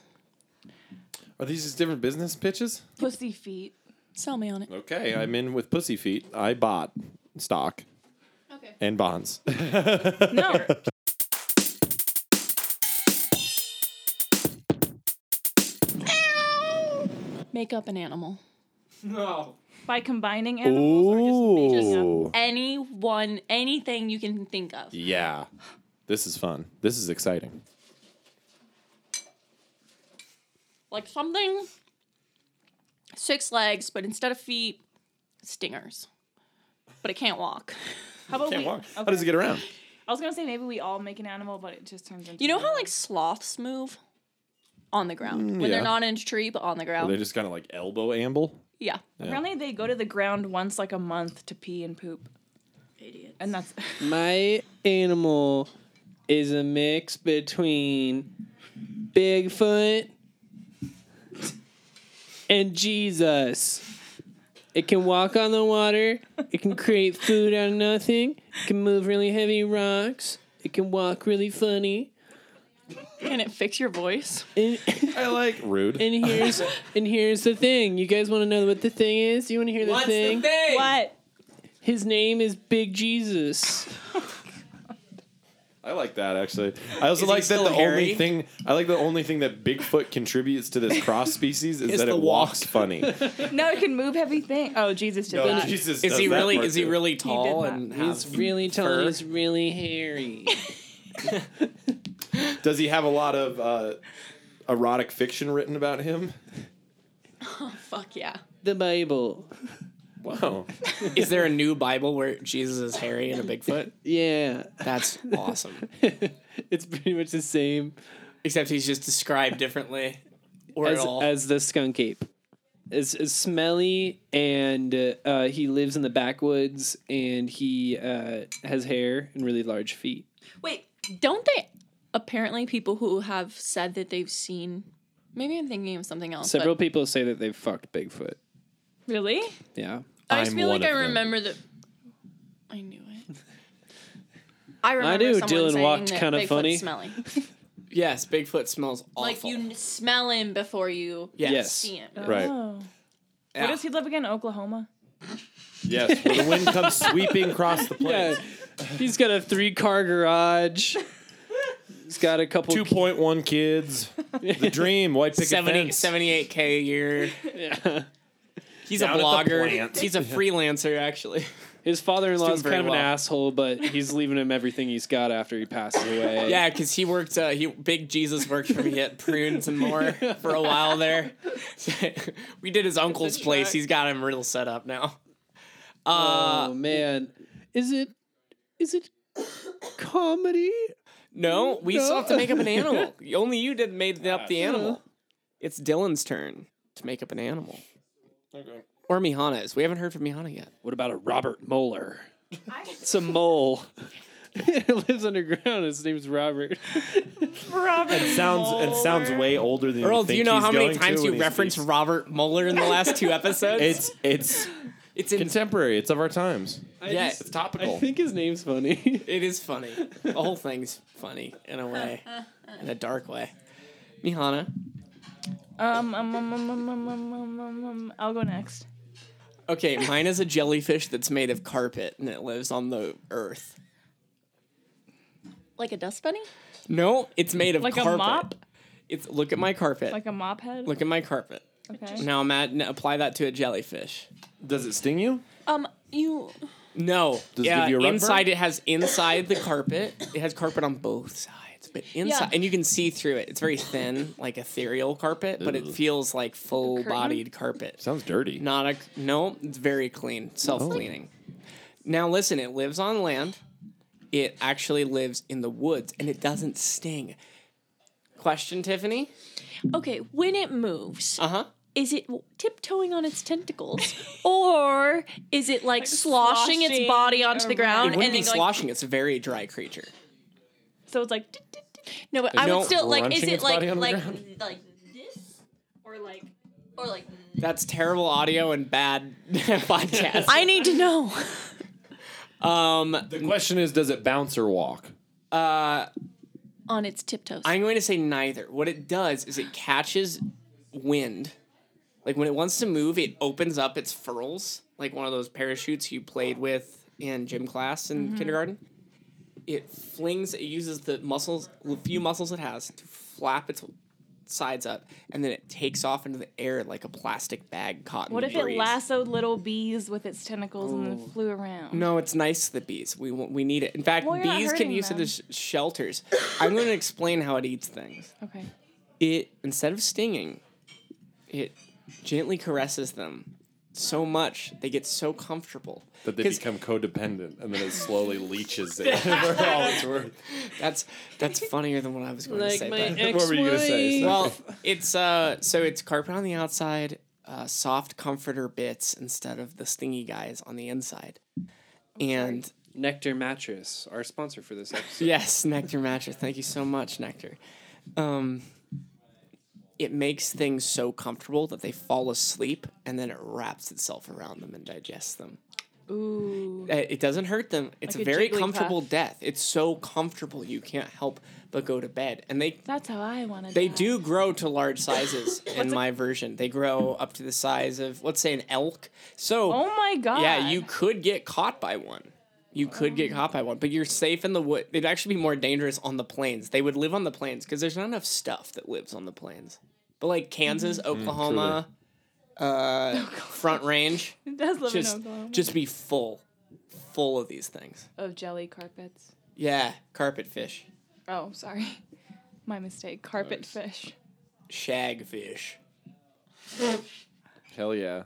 Are these just different business pitches? Mm-hmm.
Pussy feet.
Sell me on it.
Okay, I'm in with pussy feet. I bought stock.
Okay.
And bonds.
No.
Make up an animal.
no,
By combining animals or just making up.
Anyone, anything you can think of.
yeah. This is fun. This is exciting.
Like something six legs, but instead of feet, stingers. But it can't walk.
How about
Can't
we?
walk. How
okay.
does it get around?
I was gonna say maybe we all make an animal, but it just turns into.
You know how like sloths move? On the ground. when
yeah.
they're not in a tree, but on the
Are
ground.
they just kind of like elbow amble?
yeah.
apparently they go to the ground once like a month to pee and poop,
Idiot.
and that's
My animal is a mix between Bigfoot and Jesus. It can walk on the water. It can create food out of nothing. It can move really heavy rocks. It can walk really funny.
Can it fix your voice?
And,
I like rude.
and here's and here's the thing. You guys want to know what the thing is? You want to hear the
what's
thing?
the thing?
what.
His name is Big Jesus.
I like that actually. I also
Is he
like that
still
the only
hairy?
thing I like the only thing that Bigfoot contributes to this cross species is
Is
that
the
it
walk.
walks funny.
No, it can move heavy things. Oh, Jesus did that.
Jesus
Is
does
he
that
really?
part
Is he
too.
really tall?
that.
and
He's
has
really tall.
fur?
He's really hairy.
Does he have a lot of uh, erotic fiction written about him?
Fuck yeah.
the Bible.
Wow.
Is there a new Bible where Jesus is hairy and a Bigfoot?
Yeah,
That's awesome.
it's pretty much the same
Except he's just described differently, or
as,
at all.
as the skunk ape. It's, it's smelly, and uh, uh, he lives in the backwoods, and he uh, has hair and really large feet.
Wait, don't they? Apparently, people who have said that they've seen. Maybe I'm thinking of something else.
Several
But
people say that they've fucked Bigfoot.
Really?
Yeah,
I just
I'm
feel like
one
I
of them.
remember that. I knew it. I remember.
do.
someone
Dylan
saying
walked
that
kinda
Bigfoot's
funny.
Smelly.
yes, Bigfoot smells awful.
Like you n- smell him before you
Yes.
Yes.
see him.
Right.
Oh.
Yeah.
Where does he live again? Oklahoma.
Yes. When the wind comes sweeping across the plains.
Uh, he's got a three-car garage. he's got a couple.
Two point one kids. The dream. White picket
70,
fence.
78k a year.
Yeah.
He's
Down at
a
the
blogger.
plant.
He's a freelancer, actually.
His father-in-law is
He's doing
kind of
very
an
well.
asshole, but he's leaving him everything he's got after he passes away.
Yeah, because he worked. Uh, he Big Jesus worked for me at Prunes and More for a while there. we did his uncle's place. He's got him real set up now. Uh,
oh man, is it is it
comedy?
No, we still have to make up an animal. Only you did made up the
Yeah.
animal. It's Dylan's turn to make up an animal.
Okay.
Or Mihana's. We haven't heard from Mihana yet.
What about a Robert Moeller? It's a mole. it lives underground. His name's Robert.
And sounds and sounds way older than
Earl,
You
do you
think
know
he's
how many
going to
times
when
you
he
referenced
speaks.
Robert Mueller in the last two episodes?
It's it's
it's in,
contemporary. It's of our times.
yeah, it's topical.
I think his name's funny.
it is funny. The whole thing's funny in a way, in a dark way. Mihana.
Um, um, um, um, um, um, um, um, um, um, I'll go next.
Okay, mine is a jellyfish that's made of carpet and it lives on the earth.
Like a dust bunny?
No, it's made of
Like
carpet.
a mop,
It's look at my carpet.
like a mop head.
look at my carpet.
okay.
Now I'm at, apply that to a jellyfish.
Does it sting you?
Um, you.
No.
Does it
yeah,
give you a rug
inside
burn?
it has inside the carpet. It has carpet on both sides, but inside
Yeah.
and you can see through it. It's very thin, like ethereal carpet, but it
Ugh.
feels like full-bodied carpet.
Sounds dirty.
Not a no. It's very clean, self-cleaning. Now listen, it lives on land. It actually lives in the woods, and it doesn't sting. Question, Tiffany?
Okay, when it moves,
Uh huh.
is it tiptoeing on its tentacles, or is it like, sloshing,
sloshing
its body onto the
It
ground
wouldn't
and
be
then going?
sloshing. It's a very dry creature.
So it's like. dit, dit, dit.
No, but I
No,
would still like. Is
crunching
it
its
like
body on the
like
ground.
like this, or like or like?
That's terrible audio and bad podcast.
I need to know.
um,
The question is, does it bounce or walk?
uh.
on its tiptoes.
I'm going to say neither. What it does is it catches wind. Like when it wants to move, it opens up its furls, like one of those parachutes you played with in gym class
Mm-hmm.
in kindergarten. It flings, it uses the muscles, the few muscles it has to flap its sides up, and then it takes off into the air like a plastic bag caught in
What
the
if it
breeze.
lassoed little bees with its tentacles and then flew around?
Oh. No, it's nice to the bees. We want- we need it. In fact,
Well, you're not
bees can
hurting
use it
them.
as sh- shelters. I'm going to explain how it eats things.
Okay.
it instead of stinging, it gently caresses them so much they get so comfortable.
That they
'Cause
become codependent and then it slowly leeches it for all it's worth.
that's that's funnier than what I was going to say. but-
What were you going to say?
well, it's uh, so it's carpet on the outside, uh, soft comforter bits instead of the stingy guys on the inside, and
Nectar Mattress, our sponsor for this episode.
Yes, Nectar Matcher. Thank you so much, Nectar. Um, it makes things so comfortable that they fall asleep and then it wraps itself around them and digests them. Ooh. It doesn't hurt them. It's
Like
a
a
very
Jigglypuff.
comfortable death. It's so comfortable you can't help but go to bed. And they
That's how I want to.
they do grow to large sizes in my version. They grow up to the size of let's say an elk. So
Oh my god.
yeah, you could get caught by one. You could get caught by one, but you're safe in the wood. It'd actually be more dangerous on the plains. They would live on the plains because there's not enough stuff that lives on the plains. But like Kansas,
Mm-hmm. Mm,
Oklahoma, uh, Front Range,
It does live
just
in Oklahoma.
just be full, full of these things.
of jelly carpets.
Yeah, carpet fish,
Oh, sorry. My mistake. Carpet fish.
shag fish.
Hell yeah.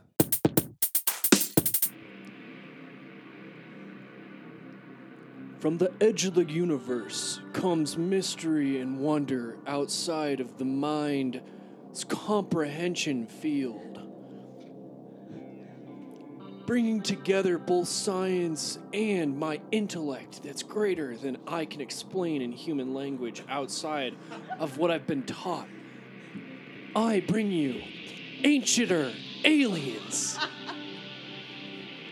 From the edge of the universe comes mystery and wonder outside of the mind's comprehension field. Bringing together both science and my intellect that's greater than I can explain in human language outside of what I've been taught. I bring you Ancienter Aliens.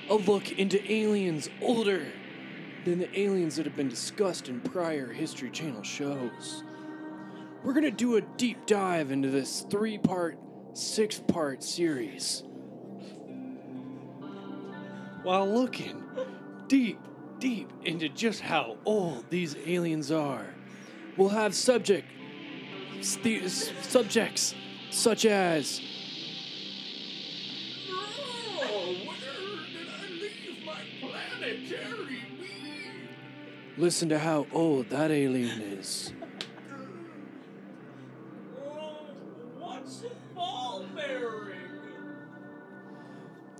A look into aliens older than the aliens that have been discussed in prior History Channel shows. We're going to do a deep dive into this three part, six part series while looking deep, deep into just how old these aliens are. We'll have subject st- subjects such as Listen to how old that alien is.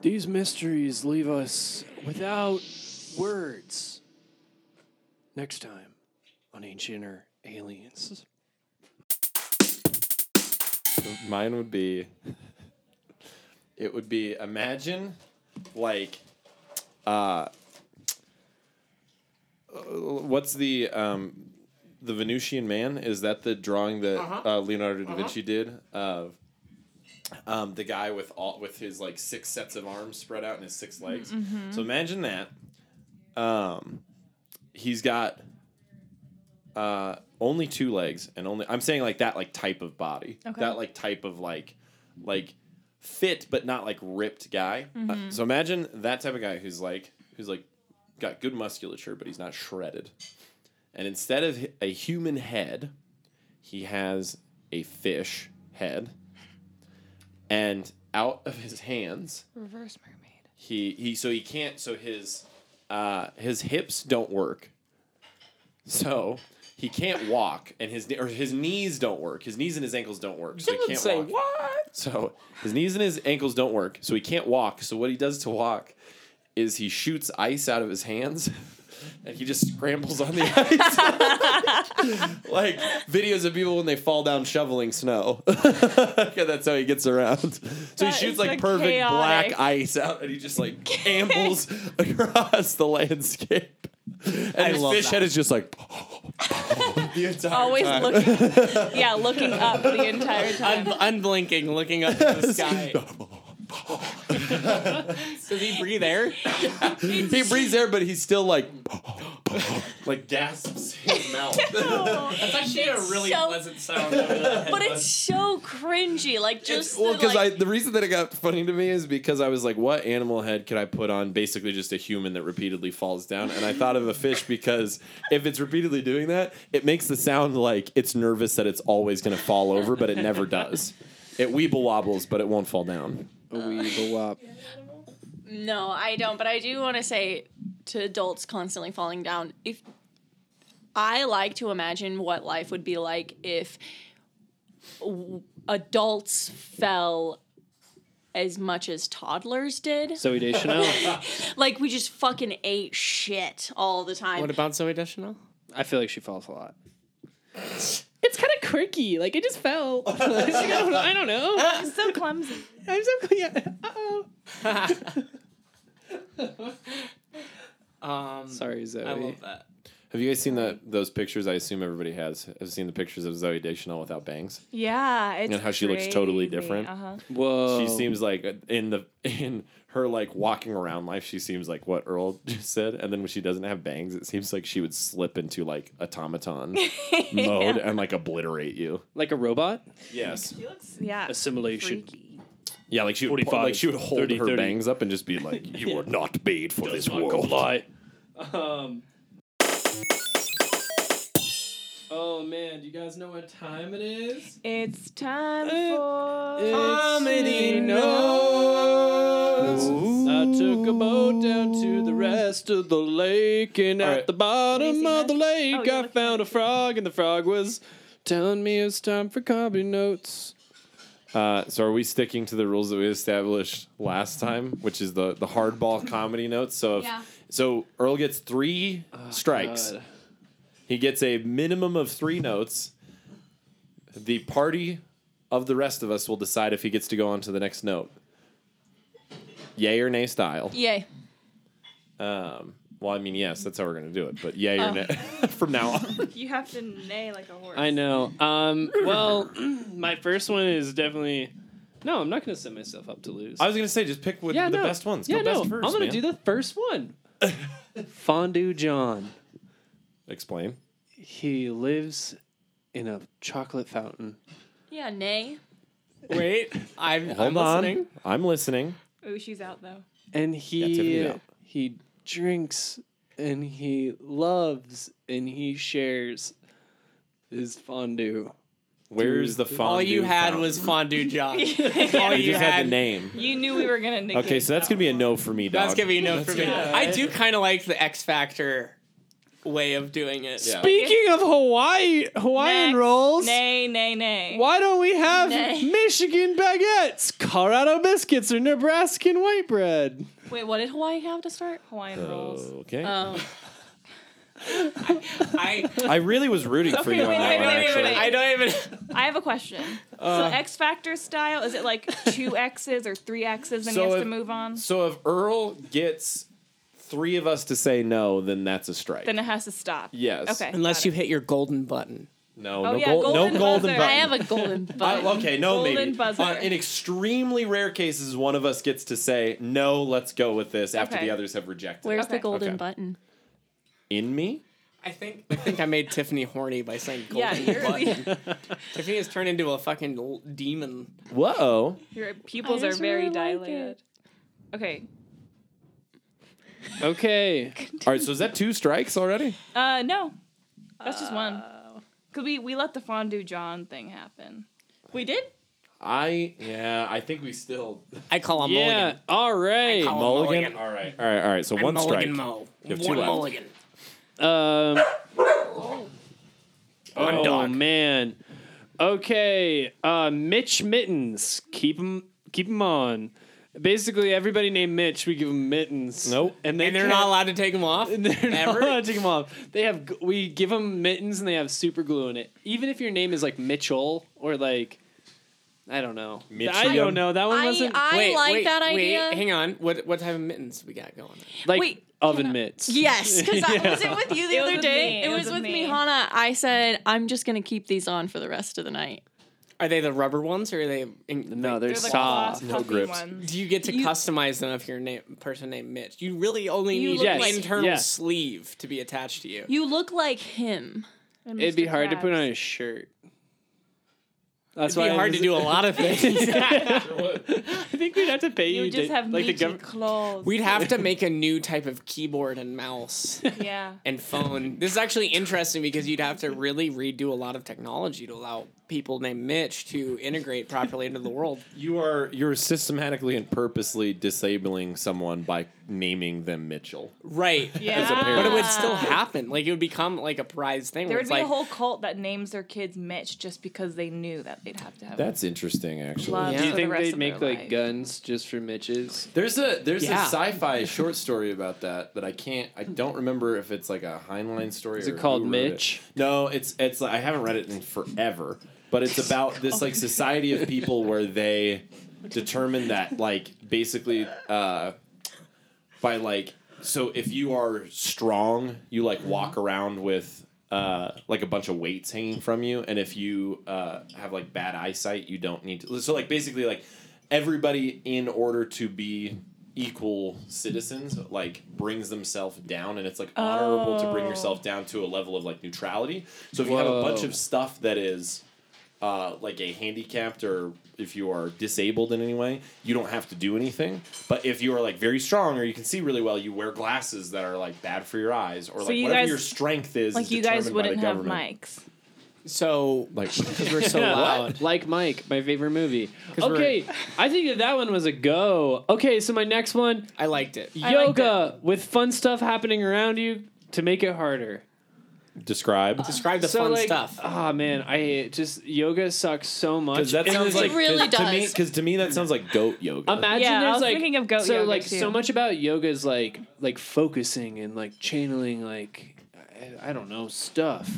These mysteries leave us without words. next time on Ancient or Aliens.
Mine would be. It would be imagine, like, uh, uh, what's the um, the Venusian Man? Is that the drawing that uh Leonardo da Vinci did of um, the guy with all with his like six sets of arms spread out and his six legs?
Mhm.
So imagine that. Um, he's got uh, only two legs and only I'm saying like that like type of body.
Okay.
That like type of like like fit but not like ripped guy. Uh,
Mhm.
so imagine that type of guy who's like who's like got good musculature but he's not shredded. And instead of h- a human head, he has a fish head. And out of his hands,
Reverse mermaid.
he he so he can't so his uh his hips don't work so he can't walk and his or his knees don't work his knees and his ankles don't work so he can't
say
walk so his knees and his ankles don't work so he can't walk so what he does to walk is he shoots ice out of his hands and he just scrambles on the ice like videos of people when they fall down shoveling snow yeah, that's how he gets around so he
That
shoots
is,
like,
like,
perfect
chaotic.
black ice out and he just like ambles across the landscape and
I
his
love
fish
that.
head is just like the entire
Always
time.
looking, yeah, looking up the entire time.
unblinking, looking up at the sky. Does he breathe air?
he breathes air, but he's still like, like gasps his mouth.
That's actually a really
so-
pleasant sound. over the
But it's
headbutt.
so cringy. Like just
well,
the,
because
like,
I the reason that it got funny to me is because I was like, what animal head could I put on basically just a human that repeatedly falls down? And I thought of a fish because if it's repeatedly doing that, it makes the sound like it's nervous that it's always going to fall over, but it never does. It weeble wobbles, but it won't fall down. A weeble wop.
no, I don't. But I do want to say to adults constantly falling down. If I like to imagine what life would be like if w- adults fell as much as toddlers did.
Zoe Deschanel.
like we just fucking ate shit all the time.
What about Zoe Deschanel?
I feel like she falls a lot.
It's kind of quirky. Like it just fell. I don't know. I don't know.
I'm so clumsy.
I'm so yeah. Uh oh.
Um,
Sorry, Zoe.
I love that.
Have you guys seen the, those pictures? I assume everybody has. Have seen the pictures of Zoe Deschanel without bangs?
Yeah, it's
And how she looks totally different.
Uh-huh.
Whoa.
She seems like uh, in the in her like walking around life, she seems like what Earl just said. And then when she doesn't have bangs, it seems like she would slip into like automaton mode and like obliterate you.
Like a robot?
Yes.
Yeah.
Assimilation.
Yeah, like she would
45,
like she would hold
30,
her
30.
bangs up and just be like, "You are not made for this world."
Um. Oh man, do you guys know what time it is?
It's
Mm.
time
Eh,
for
Comedy notes. I took a boat down to the rest of the lake, and
All
at
right.
the bottom of the
Oh,
lake,
you're
I
looking
found a frog, and the frog was telling me it's time for comedy notes.
Uh, so are we sticking to the rules that we established last time, which is the the hardball comedy notes? So if,
Yeah.
so Earl gets three strikes.
Oh, God.
He gets a minimum of three notes. The party of the rest of us will decide if he gets to go on to the next note. Yay or nay style.
Yay.
Um, well, I mean, yes, that's how we're gonna do it. But yay or nay from now on.
You have to neigh like a horse.
I know. Um, well, my first one is definitely. No, I'm not going to set myself up to lose.
I was gonna say, just pick with the best ones.
Yeah,
go best
no,
first.
I'm gonna
man.
do the first one. Fondue John.
Explain.
He lives in a chocolate fountain.
Yeah, nay.
Wait, I'm,
Hold
I'm
on.
listening.
I'm listening.
Ooh, Oh, she's out though.
And he
Tiffany's out.
he drinks and he loves and he shares his fondue.
Where's the fondue?
All you had
fountain?
was fondue John. All
You
you
just had,
had.
the name.
You knew we were gonna negate.
Okay, so that's gonna be a no for me, dog.
That's gonna be enough for me.
good.
I do kind of like the X Factor way of doing it.
Yeah.
Speaking of Hawaii Hawaiian
Next.
rolls,
Nay, nay, nay.
why don't we have
Nay.
Michigan baguettes, Colorado biscuits, or Nebraskan white bread?
Oh,
Wait, what did Hawaii have to start?
Hawaiian rolls.
Okay.
Oh.
I
I really was rooting for you on that one. actually.
I don't even.
I have a question.
Uh.
so X Factor style, is it like two X's or three X's? Then he
So
has
if-
to move on.
So if Earl gets three of us to say no, then that's a strike.
Then it has to stop.
Yes.
Okay.
Unless you hit your golden button.
No,
Oh,
no,
yeah,
gold,
golden
no golden
buzzer.
button.
I have a golden button.
Uh, okay, no,
Golden
maybe.
buzzer.
Uh, in extremely rare cases, one of us gets to say no. Let's go with this after
Okay.
the others have rejected.
Where's
it.
the golden
Okay.
button?
In me?
I think I think I made Tiffany horny by saying
Yeah,
golden
you're-
button. Tiffany has turned into a fucking l- demon.
Whoa.
Your pupils
I
are
just
very
really like
dilated. okay.
Okay.
All right, so is that two strikes already?
Uh, no. That's just one. Because we, we let the fondue John thing happen.
We did?
I yeah, I think we still.
I call him
yeah.
mulligan.
All right.
I call him
mulligan.
mulligan.
All right, all right, all right. So
I'm
one strike.
mulligan Mo.
You have two
One
left.
mulligan.
Um. oh man. Okay. Uh, Mitch Mittens. Keep him. Keep him on. Basically, everybody named Mitch, we give them mittens.
Nope.
And,
And they're not allowed to take him off.
And they're
Ever?
not allowed to take them off. They have g- we give them mittens and they have super glue in it. Even if your name is like Mitchell or like, I don't know. I
Mitchell.
don't know. That one
I-
wasn't
I like that idea.
Wait, hang on. What what type of mittens we got going?
like
Wait,
oven mitts.
Yes, because I was it with you the
It was
other
with
day.
me.
It, was, with me, Hannah. I said I'm just gonna keep these on for the rest of the night.
Are they the rubber ones or are they? In,
No, they're,
like-
soft.
no grips.
do you get to customize them if you're a name, person named Mitch? You really only
You
need
look
an
like-
internal
yeah.
sleeve to be attached to you.
You look like him.
It'd be hard to put on a shirt. That's
It'd be
why I
hard to
was-
do a lot of things.
I think we'd have to pay you.
You just
to-
have
like the
meaty
government.
claws.
We'd have to make a new type of keyboard and mouse
yeah.
and phone. This is actually interesting because you'd have to really redo a lot of technology to allow people named Mitch to integrate properly into the world.
You are you're systematically and purposely disabling someone by naming them Mitchell.
Right.
Yeah.
But it would still happen. Like it would become like a prize thing.
There
where
would
it's
be
like,
a whole cult that names their kids Mitch just because they knew that they'd have to have
That's interesting, actually.
love
Yeah.
for
Do you
the
think
rest
they'd
of
make
their
like
life.
guns just for Mitches?
There's a there's
Yeah.
a sci-fi short story about that that I can't I don't remember if it's like a Heinlein story.
Is it
or
called
who wrote
Mitch?
it. No, it's it's like, I haven't read it in forever, but it's about this
Oh,
like society of people where they determine that like basically uh, by like so if you are strong, you like walk around with. Uh, like a bunch of weights hanging from you, and if you uh, have like bad eyesight, you don't need to. So like basically, like everybody in order to be equal citizens like brings themselves down and it's like honorable to bring yourself down to a level of like neutrality so if you have a bunch
Whoa.
of stuff that is uh, like a handicapped or if you are disabled in any way you don't have to do anything but if you are like very strong or you can see really well you wear glasses that are like bad for your eyes or like
you
whatever
guys-
your strength is
Like
is
you guys
determined by the
wouldn't have
government.
mics.
so
like
because we're so loud.
Like Mike, my favorite movie.
'Cause we're-
Okay, I think that that one was a go. Okay, so my next one,
I liked it.
yoga with fun stuff happening around you to make it harder.
describe
Describe the
so
fun
like,
stuff.
ah man, I hate it. just yoga sucks so much.
because that
And
sounds
it's
like
It really
'cause to me
does.
because to me that sounds like goat yoga
Imagine
Yeah, I
there's
was
like
thinking of goat
so
yoga,
like so
too.
much about yoga is like like focusing and like channeling like I, I don't know stuff.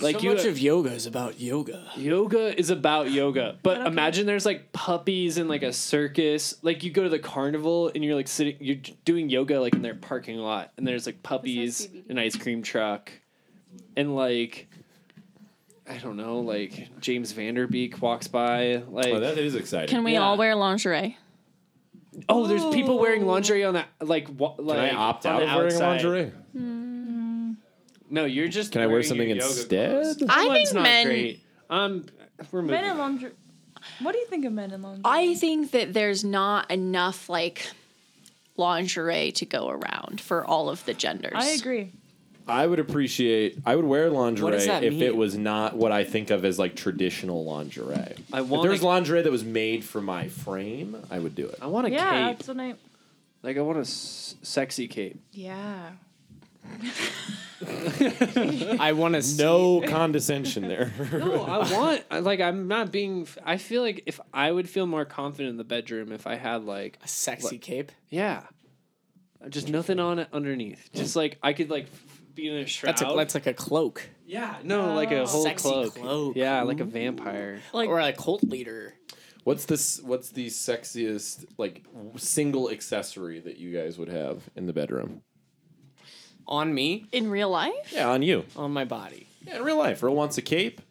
Like
so
you
much of yoga is about yoga.
yoga is about yoga, but imagine there's like puppies and like a circus. Like you go to the carnival and you're like sitting, you're j- doing yoga like in their parking lot, and there's like puppies, an ice cream truck, and like. I don't know, like James Vanderbeek walks by, like
oh, that is exciting
Can we
Yeah.
all wear lingerie?
Oh, there's people wearing lingerie on that. Like, wa- like
Can I opt
on
out
the
of wearing
outside.
lingerie?
No, you're just.
Can I wear
wearing your
something
yoga
instead?
clothes. That
I
one's
think
not
men-
Great. Um, we're moving.
Men in lingerie. What do you think of men in lingerie?
I think that there's not enough like lingerie to go around for all of the genders.
I agree.
I would appreciate. I would wear lingerie
does
if
that
it
mean?
was not what I think of as like traditional lingerie.
I
If
want.
there was
A,
lingerie that was made for my frame, I would do it.
I want a
Yeah,
cape.
that's what I.
Like, I want a s- sexy cape.
Yeah.
I want to
No condescension there.
No, I want. I- Like, I'm not being. f- I feel like if I would feel more confident in the bedroom if I had like,
a sexy cape.
yeah, just nothing on it underneath. Just like I could like f- be in a shroud.
That's a, that's like a cloak.
yeah, no, like a whole
Sexy
cloak.
cloak.
Yeah, like a vampire.
or a cult leader.
What's this? What's the sexiest like w- single accessory that you guys would have in the bedroom?
On me?
In real life?
Yeah, on you.
On my body.
Yeah, in real life, Earl wants a cape.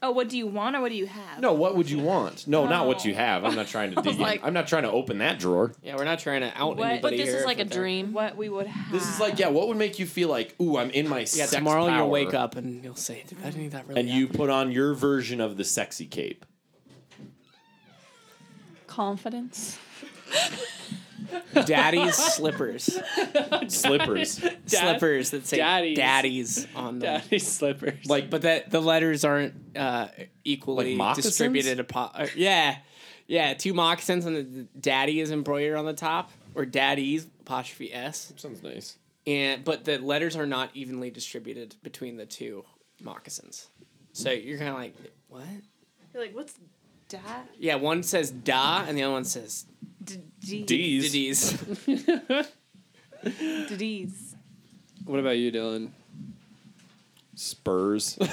Oh, what do you want or what do you have?
No, what would you want? No, not what you have. I'm not trying to dig.
like-
in. I'm not trying to open that drawer.
Yeah, we're not trying to out
What- but
anybody
this is
here
like
for
a
that.
dream.
What we would have.
This is like, yeah, what would make you feel like, ooh, I'm in my
Yeah,
sex
tomorrow
power?
you'll wake up and you'll say, "Did that need that really?"
and you put on your version of the sexy cape.
Confidence.
Daddy's slippers.
Slippers.
slippers that say
Daddy's.
daddy's, on them.
Daddy's slippers.
Like, but that the letters aren't uh, equally
Like moccasins?
distributed. Apo- uh, yeah, yeah, two moccasins and the the daddy is embroidered on the top, or daddy's apostrophe s.
Sounds nice.
And but the letters are not evenly distributed between the two moccasins, so you're kind of like, what?
You're like, what's that?
Yeah, one says da, and the other one says
D- D-
D's. D's.
D's.
What about you, Dylan?
Spurs.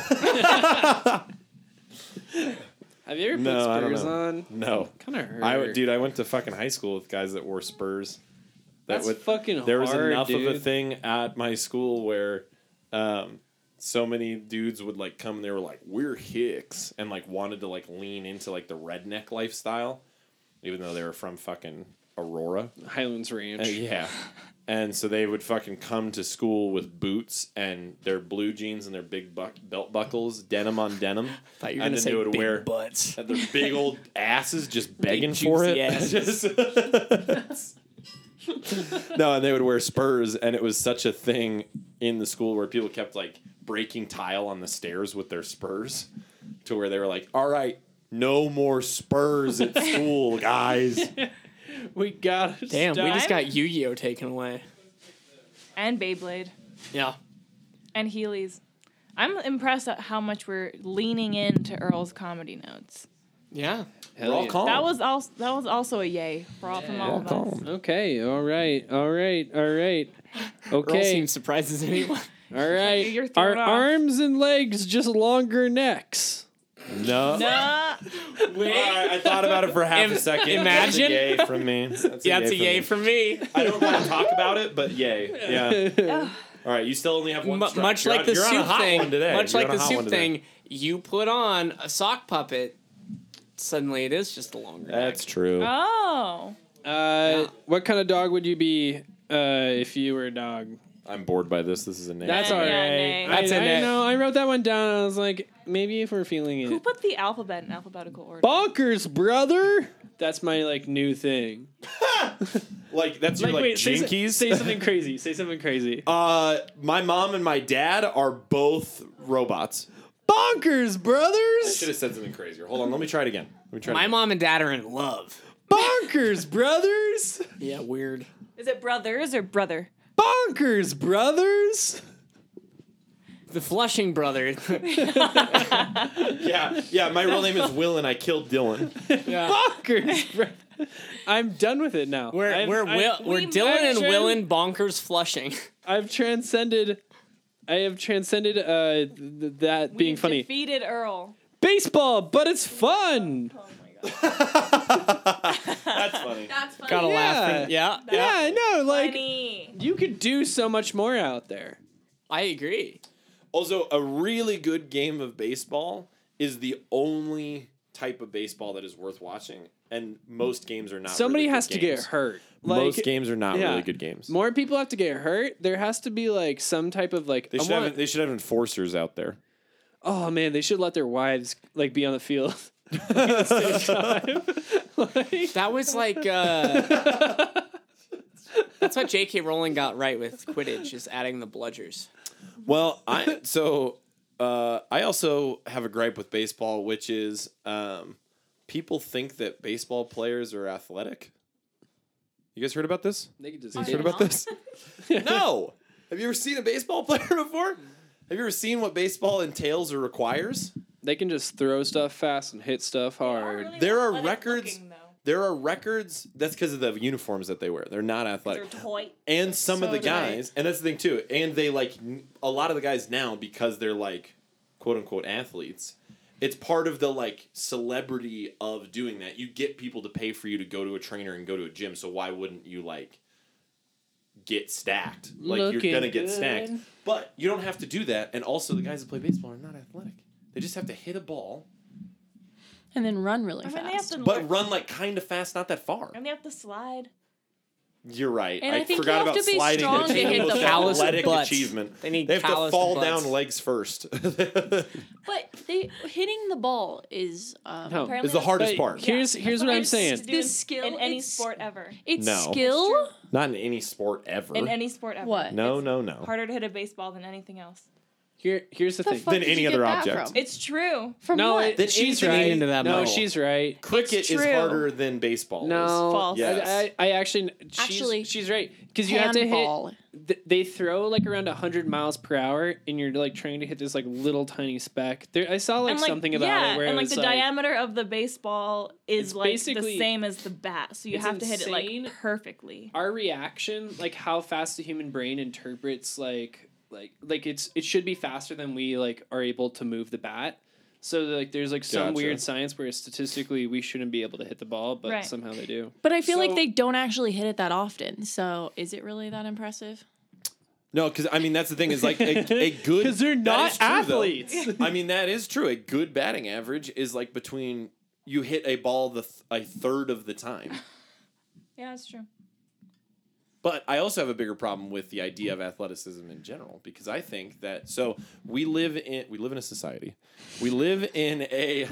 Have you ever
no,
put
I don't
spurs
know.
on?
No,
Kinda hurt.
I would- dude, I went to fucking high school with guys that wore Spurs.
That's fucking
There was
hard,
enough of a
dude.
thing at my school where, um, so many dudes would like come. and They were like, "We're Hicks," and like wanted to like lean into like the redneck lifestyle, even though they were from fucking Aurora.
Highlands Ranch.
Uh, yeah. And so they would fucking come to school with boots and their blue jeans and their big buck- belt buckles, denim on denim.
Thought you were
and
gonna
then
say
they would
big
wear
butts.
and their big old asses just begging for it.
juicy asses.
Just- no, and they would wear spurs, and it was such a thing in the school where people kept like breaking tile on the stairs with their spurs, to where they were like, "All right, no more spurs at school, guys."
we got it.
Damn, we just
Stop.
got Yu-Gi-Oh taken away.
And Beyblade.
Yeah.
And Heelys. I'm impressed at how much we're leaning into Earl's comedy notes.
Yeah.
Hell yeah.
Oh.
That was also that was also a yay for all from all of us.
Okay, all right, all right, all right. Okay.
seems surprised as anyone.
All right.
You're thrown
Are
off.
arms and legs just longer necks?
No.
No.
I, I thought about it for half a
Im-
second. That's
imagine.
a yay from me. That's
yeah, it's a yay
from
for me.
me. I don't want to talk about it, but yay. Yeah. All right, you still only have one.
Mu-
strike.
much
You're
like
on-
the
you're on a
soup
hot
thing.
one today.
Much
You're
like
on a
the
hot one
soup
today.
thing, you put on a sock puppet. Suddenly, it is just a longer.
That's true.
Oh.
Uh, What kind of dog would you be uh, if you were a dog?
I'm bored by this. This is a name.
That's
Yeah,
all right.
nay.
I,
That's a
I
nay.
know. I wrote that one down. And I was like, maybe if we're feeling
Who
it.
put the alphabet in alphabetical order?
Bonkers, brother. That's my like new thing.
like that's your, like,
say, so-
jinkies.
say something crazy. Say something crazy.
uh, my mom and my dad are both robots.
Bonkers,
I should
brothers.
have said something crazier. Hold on, let me try it again. Let me try. it
My
again.
mom and dad are in love.
Bonkers, brothers.
Yeah, weird.
Is it brothers or brother?
Bonkers, brothers.
The Flushing brother.
Yeah, yeah. My real name is Will, and I killed Dylan.
Bonkers, bro- I'm done with it now.
We're
I've-
we're
I-
Will, we're
we
Dylan and
mentioned-
Willin bonkers Flushing.
I've transcended. I have transcended uh, th- that being
We've
funny.
Defeated Earl. Oh
Baseball, but it's fun.
That's funny.
That's funny.
Gotta laugh.
Yeah.
at- Yeah,
Yeah,
yeah.
I know. Like
funny.
you could do so much more out there.
I agree.
Also, a really good game of baseball is the only type of baseball that is worth watching, and most games are not.
Somebody
really good
has to get
games.
hurt. Like
most games are not
yeah.
really good games.
more people have to get hurt. There has to be like some type of like.
They
I
should
want-
have. They should have enforcers out there.
oh man, they should let their wives like be on the field. at the same time. Like,
That was like. uh That's what J.K. Rowling got right with Quidditch is adding the bludgers.
Well, I so uh, I also have a gripe with baseball, which is um, people think that baseball players are athletic. You guys heard about this?
they could just
You heard about this? no. Have you ever seen a baseball player before? Have you ever seen what baseball entails or requires?
they can just throw stuff fast and hit stuff hard.
There are records. There are records. That's because of the uniforms that they wear. They're not athletic.
They're toy.
And some
So
of the
do I.
guys, and that's the thing too. And they like n- a lot of the guys now because they're like quote unquote athletes. It's part of the like celebrity of doing that. You get people to pay for you to go to a trainer and go to a gym. So why wouldn't you like get stacked? Like
Looking
you're gonna get
good.
stacked. But you don't have to do that. And also, the guys that play baseball are not athletic. They just have to hit a ball,
and then run really
I mean,
fast.
they have to
but
learn-
run like kind of fast, not that far.
and they have to slide.
You're right.
And
I,
I think
forgot
you have
about
to be
sliding.
strong
That's
to
the
hit the
most
ball.
athletic
Calloused butts.
achievement.
They need
have to
calloused
fall
butts.
down legs first.
But they hitting the ball is um,
No.
apparently
Is the
that's-
hardest But part. here's- here's what I'm
It's
saying.
The skill
in any
it's-
sport ever.
It's
No.
skill.
Not in any sport ever.
In any sport ever.
What? No, no, no.
Harder to hit a baseball than anything else.
Here, here's the,
The
thing.
fuck Than did any you get other that
object. from?
It's true.
no,
what?
it-
That she's
anything-
right. into that
No,
model.
she's right.
Cricket
It's
is
true.
harder than baseball.
No,
is. Yes.
I, I, I actually, she's,
Actually,
she's right because you have to
handball.
hit. th- They throw like around hundred miles per hour, and you're like trying to hit this like little tiny speck. There, I saw like,
and
something about
yeah,
it where
and
it
like
was
the diameter of the baseball
It's
is like
basically-
the same as the bat, so you
It's
have to hit it
insane.
like perfectly.
our reaction, like how fast the human brain interprets like like like it's it should be faster than we like are able to move the bat. So like there's like some
Gotcha.
weird science where statistically we shouldn't be able to hit the ball, but
Right.
somehow they do.
But I feel like
So-
they don't actually hit it that often. So is it really that impressive?
No, because I mean that's the thing is like a, a good because they're
not athletes.
I mean that is true. A good batting average is like between you hit a ball the th- a third of the time.
Yeah, that's true.
But I also have a bigger problem with the idea of athleticism in general because I think that so we live in we live in a society. We live in a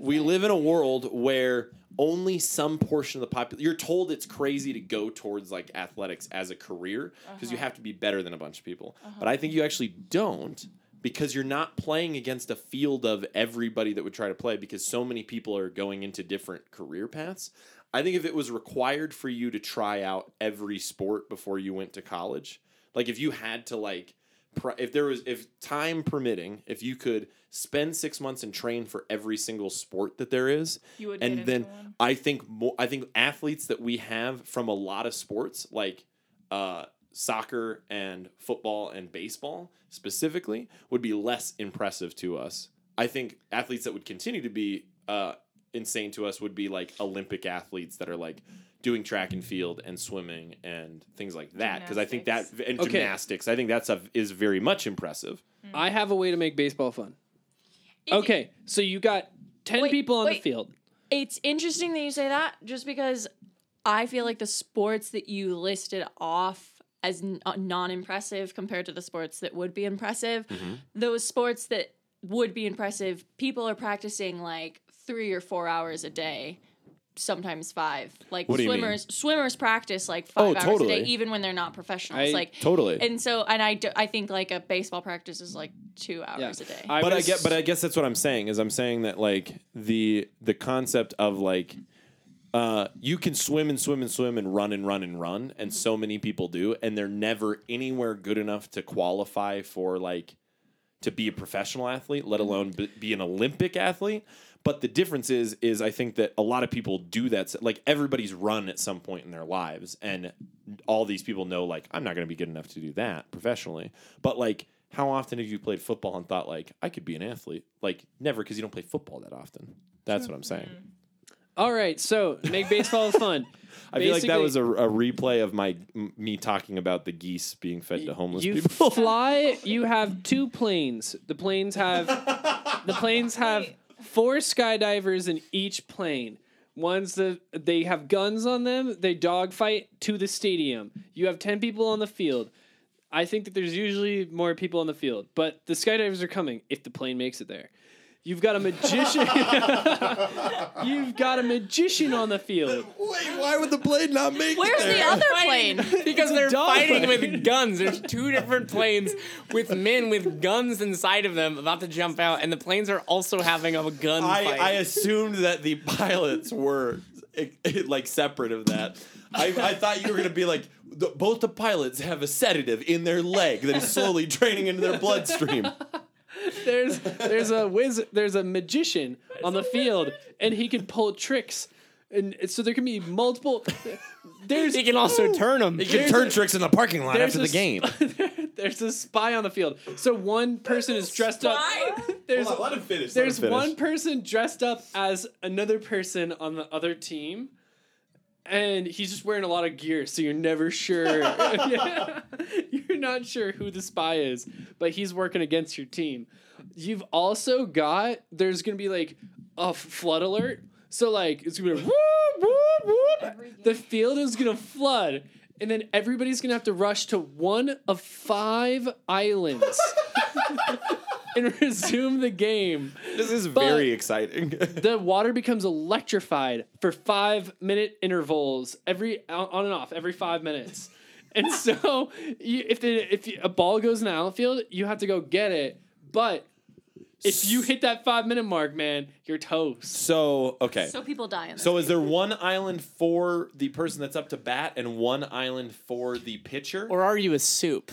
we live in a world where only some portion of the population you're told it's crazy to go towards like athletics as a career because you have to be better than a bunch of people. But I think you actually don't because you're not playing against a field of everybody that would try to play because so many people are going into different career paths. I think if it was required for you to try out every sport before you went to college, like if you had to like pri- if there was if time permitting, if you could spend 6 months and train for every single sport that there is,
You would get
and
into
then I think more I think athletes that we have from a lot of sports like uh soccer and football and baseball specifically would be less impressive to us. I think athletes that would continue to be uh, insane to us would be like Olympic athletes that are like doing track and field and swimming and things like that because I think that and
Okay.
gymnastics I think that stuff is very much impressive.
I have a way to make baseball fun. okay, so you got ten people on
wait.
the field.
It's interesting that you say that just because I feel like the sports that you listed off as n- uh, non-impressive compared to the sports that would be impressive,
Mm-hmm.
those sports that would be impressive, people are practicing like 3 or 4 hours a day, sometimes 5. Like
What do you mean?
swimmers swimmers practice like 5
Oh,
hours a
totally.
day even when they're not professionals.
I-
like
Totally.
And so and I do, I think like a baseball practice is like 2 hours a day.
but I get, but I guess that's what I'm saying is I'm saying that like the the concept of like uh, you can swim and swim and swim and run and run and run, and so many people do, and they're never anywhere good enough to qualify for like to be a professional athlete, let alone b- be an Olympic athlete. But the difference is, is I think that a lot of people do that. s- Like everybody's run at some point in their lives, and all these people know, like, I'm not going to be good enough to do that professionally. But like, how often have you played football and thought, like, I could be an athlete? Like, never, because you don't play football that often. That's what I'm saying.
All right, so make baseball fun.
I feel like that
Basically-
was a, a replay of my m- me talking about the geese being fed to homeless
You
people.
fly. You have two planes. The planes have the planes have four skydivers in each plane. One's the they have guns on them. They dogfight to the stadium. You have ten people on the field. I think that there's usually more people on the field, but the skydivers are coming if the plane makes it there. You've got a magician. You've got a magician on the field.
Wait, why would the plane not make
Where's the other plane?
because they're
dog
fighting
plane.
with guns. There's two different planes with men with guns inside of them about to jump out, and the planes are also having a gun
I,
fight.
I assumed that the pilots were eh, eh, like separate of that. I, I thought you were going to be like, the, both the pilots have a sedative in their leg that is slowly draining into their bloodstream.
there's there's a wizard there's a magician on the field and he can pull tricks and and so there can be multiple. There's
He can also turn them.
He
You can turn tricks in the parking lot after the game.
there's a spy on the field. So one person is dressed up. There's
Hold on, let him finish, let
There's
him finish.
one person dressed up as another person on the other team, and he's just wearing a lot of gear, so you're never sure. you're not sure who the spy is, but he's working against your team. You've also got there's gonna be like a f- flood alert. So like it's gonna be whoop whoop whoop. The field is gonna flood, and then everybody's gonna have to rush to one of five islands and resume the game.
This is
very
exciting.
the water becomes electrified for five minute intervals, every on and off, every five minutes. And so, you, if the, if you, a ball goes in the outfield, you have to go get it. But if you hit that five minute mark, man, you're toast.
So okay.
So people die in this.
So is there one island for the person that's up to bat and one island for the pitcher?
Or are you a soup?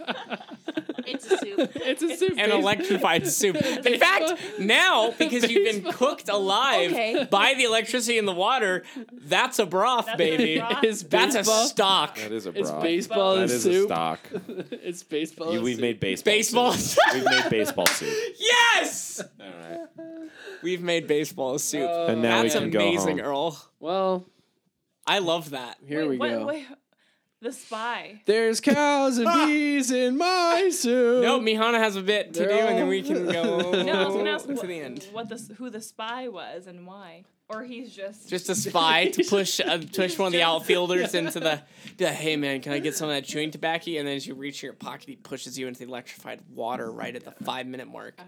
it's a soup.
it's a soup.
An electrified soup. In fact, now because you've been cooked alive
Okay.
by the electricity in the water, that's a broth,
That's a
baby.
broth. Is
That's a
baseball-
stock.
That is a
It's
broth.
baseball
That
and
is
soup.
a stock.
it's baseball.
You,
and
we've
soup.
made baseball.
Baseball.
soup. we've made baseball soup.
Yes.
All right.
We've made baseball a soup.
Uh,
And now we
that's
can go
amazing,
home.
Earl.
Well,
I love that.
Here we
Wait,
go.
wait, the spy.
There's cows
Ah!
and bees in my soup.
No, Mihana has a bit to
They're
do, and then
all-
we can go
No, I was gonna ask
to
what,
the end.
what the s- who the spy was and why, or he's just
Just a spy to push uh, push one of the outfielders into the. Be like, hey man, can I get some of that chewing tobacco? And then as you reach in your pocket, he pushes you into the electrified water right at the five minute mark.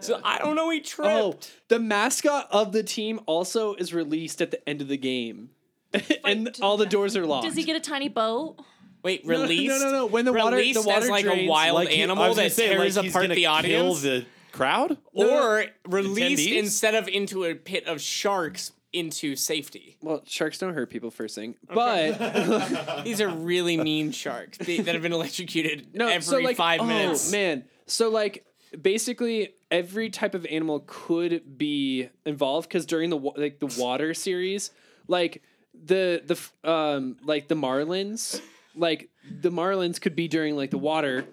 So I don't know. He tripped.
Oh, the mascot of the team also is released at the end of the game, and all the doors are locked.
Does he get a tiny boat?
Wait,
No, no, no,
released?
no, no, when the water- the
released
water
as like
drains-
a wild
Like he-
animal
I was gonna
that
say, like,
tears
he's
apart
gonna
the
kill
audience,
the crowd,
or released
Attendees?
instead of into a pit of sharks into safety.
Well, sharks don't hurt people first thing,
but these are really mean sharks they- that have been electrocuted
no,
every
so like,
five
oh,
minutes.
man, so like basically every type of animal could be involved because during the wa- like the water series, like the the f- um like the marlins, like the marlins could be during like the water,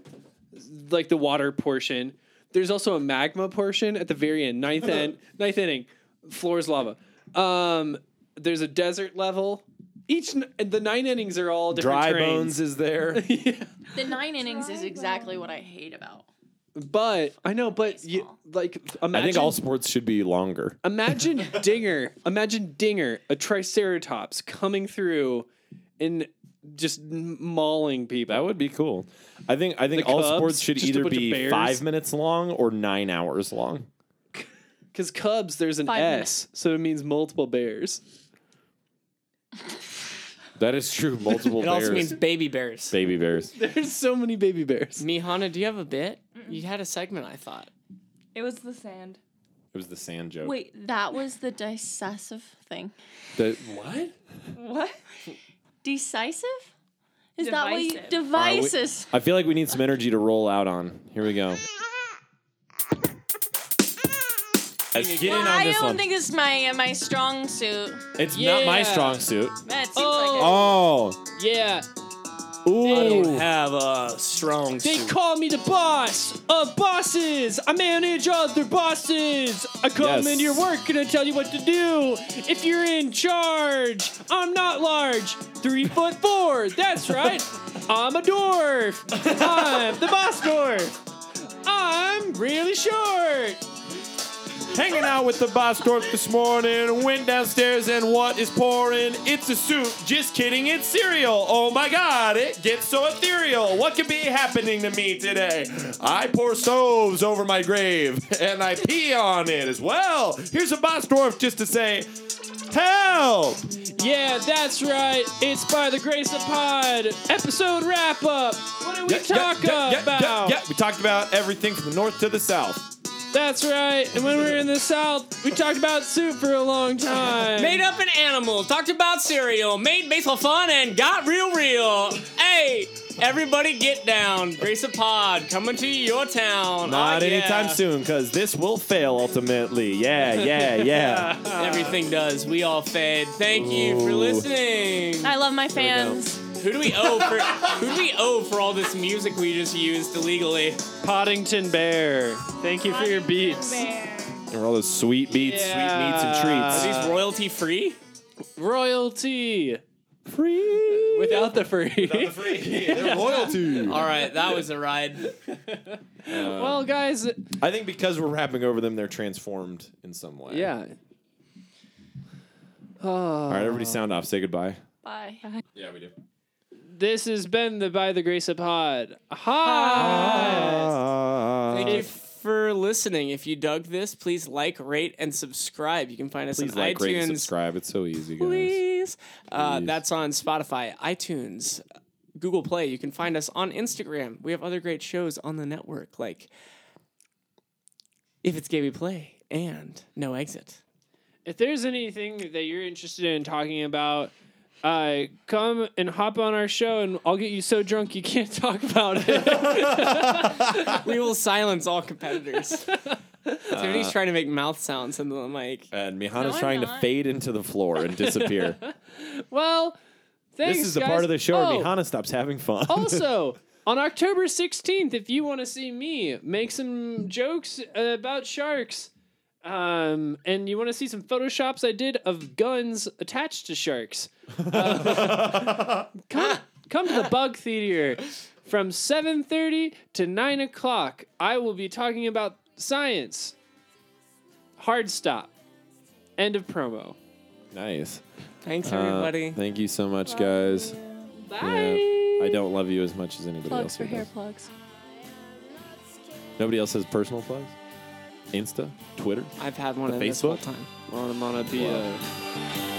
like the water portion. There's also a magma portion at the very end, ninth end, ninth inning, floor is lava. Um, there's a desert level. Each n- and the nine innings are all different
Dry
terrains.
bones is there.
The nine innings is exactly what I hate about.
But I know, but you, like imagine.
I think all sports should be longer.
imagine Dinger. Imagine Dinger, a Triceratops coming through and just m- mauling people.
That would be cool. I think I think
The
all
Cubs,
sports should
just a
either
bunch of
be
bears.
five minutes long or nine hours long.
Because Cubs, there's an
Five
S, so it means multiple bears.
That is true. Multiple
It
bears.
also means baby bears.
baby bears.
There's so many baby bears.
Mihana, do you have a bit? You had a segment, I thought.
It was the sand.
It was the sand joke.
Wait, that was the decisive thing.
The, what?
What?
Decisive? Is that what you
Alright, we-
devices?
I feel like we need some energy to roll out on. Here we go. Let's get in
Well,
on
I
this
don't
one.
think this is my uh, my strong suit.
It's not my
Yeah.
strong suit.
That seems
Oh.
like it.
Yeah.
Ooh.
I don't have a strong
They
suit.
call me the boss of bosses. I manage other bosses. I come
Yes.
into your work and I tell you what to do. If you're in charge, I'm not large. Three foot four. That's right. I'm a dwarf. I'm the boss dwarf. I'm really short.
Hanging out with the boss dork this morning. Went downstairs and what is pouring? It's a soup. Just kidding, it's cereal. Oh my god, it gets so ethereal. What could be happening to me today? I pour stoves over my grave and I pee on it as well. Here's a boss dwarf just to say, Help!
Yeah, that's right. It's by the grace of Pod episode wrap up. What did we talk about?
Yeah, we talked about everything from the north to the south.
That's right. And when we were in the South, we talked about soup for a long time.
Made up an animal, talked about cereal, made baseball fun, and got real real. Hey, Everybody get down. Grace a pod coming to your town.
Not
Ah, yeah.
anytime soon, because this will fail ultimately. Yeah, yeah, yeah.
Everything does. We all fade. Thank you for
Ooh.
listening.
I love my fans.
Who do we owe for? who do we owe for all this music we just used illegally?
Poddington Bear. Thank you for your beats.
And all those sweet beats, sweet meats, and treats.
Are these royalty free?
Royalty. Free. Without the free. Without the free.
royalty.
All right, that was a ride.
Well, guys.
I think because we're rapping over them, they're transformed in some way.
Yeah.
All right, everybody, sound off. Say goodbye.
Bye.
Yeah, we do.
This has been the By the Grace of Pod.
Hi.
Ah.
Thank you
If-
for listening. If you dug this, please like, rate, and subscribe. You can find us
Please
on
like,
iTunes.
rate, and subscribe. It's so easy, guys.
Please. Uh, that's on Spotify, iTunes, Google Play. You can find us on Instagram. We have other great shows on the network, like If It's Gay We Play and No Exit.
If there's anything that you're interested in talking about, uh, come and hop on our show, and I'll get you so drunk you can't talk about it.
we will silence all competitors.
Uh,
Tiffany's trying to make mouth sounds into the mic.
And Mihana's trying to fade into the floor and disappear.
well, thanks.
this is the
guys.
part of the show where
Oh,
Mihana stops having fun.
also, on October 16th, if you want to see me make some jokes about sharks, um, and you want to see some photoshops I did of guns attached to sharks, uh, come come to the Bug Theater from 7:30 to 9 o'clock. I will be talking about science. Hard stop. End of promo.
nice.
Thanks,
Uh,
everybody.
thank you so much, guys.
Bye.
I don't love you as much as anybody
Plugs
else.
for
here
hair
does.
plugs.
Nobody else has personal plugs? Insta? Twitter?
I've had one
The
in this whole
Facebook?
time. Well, I'm on a
Wow.
uh,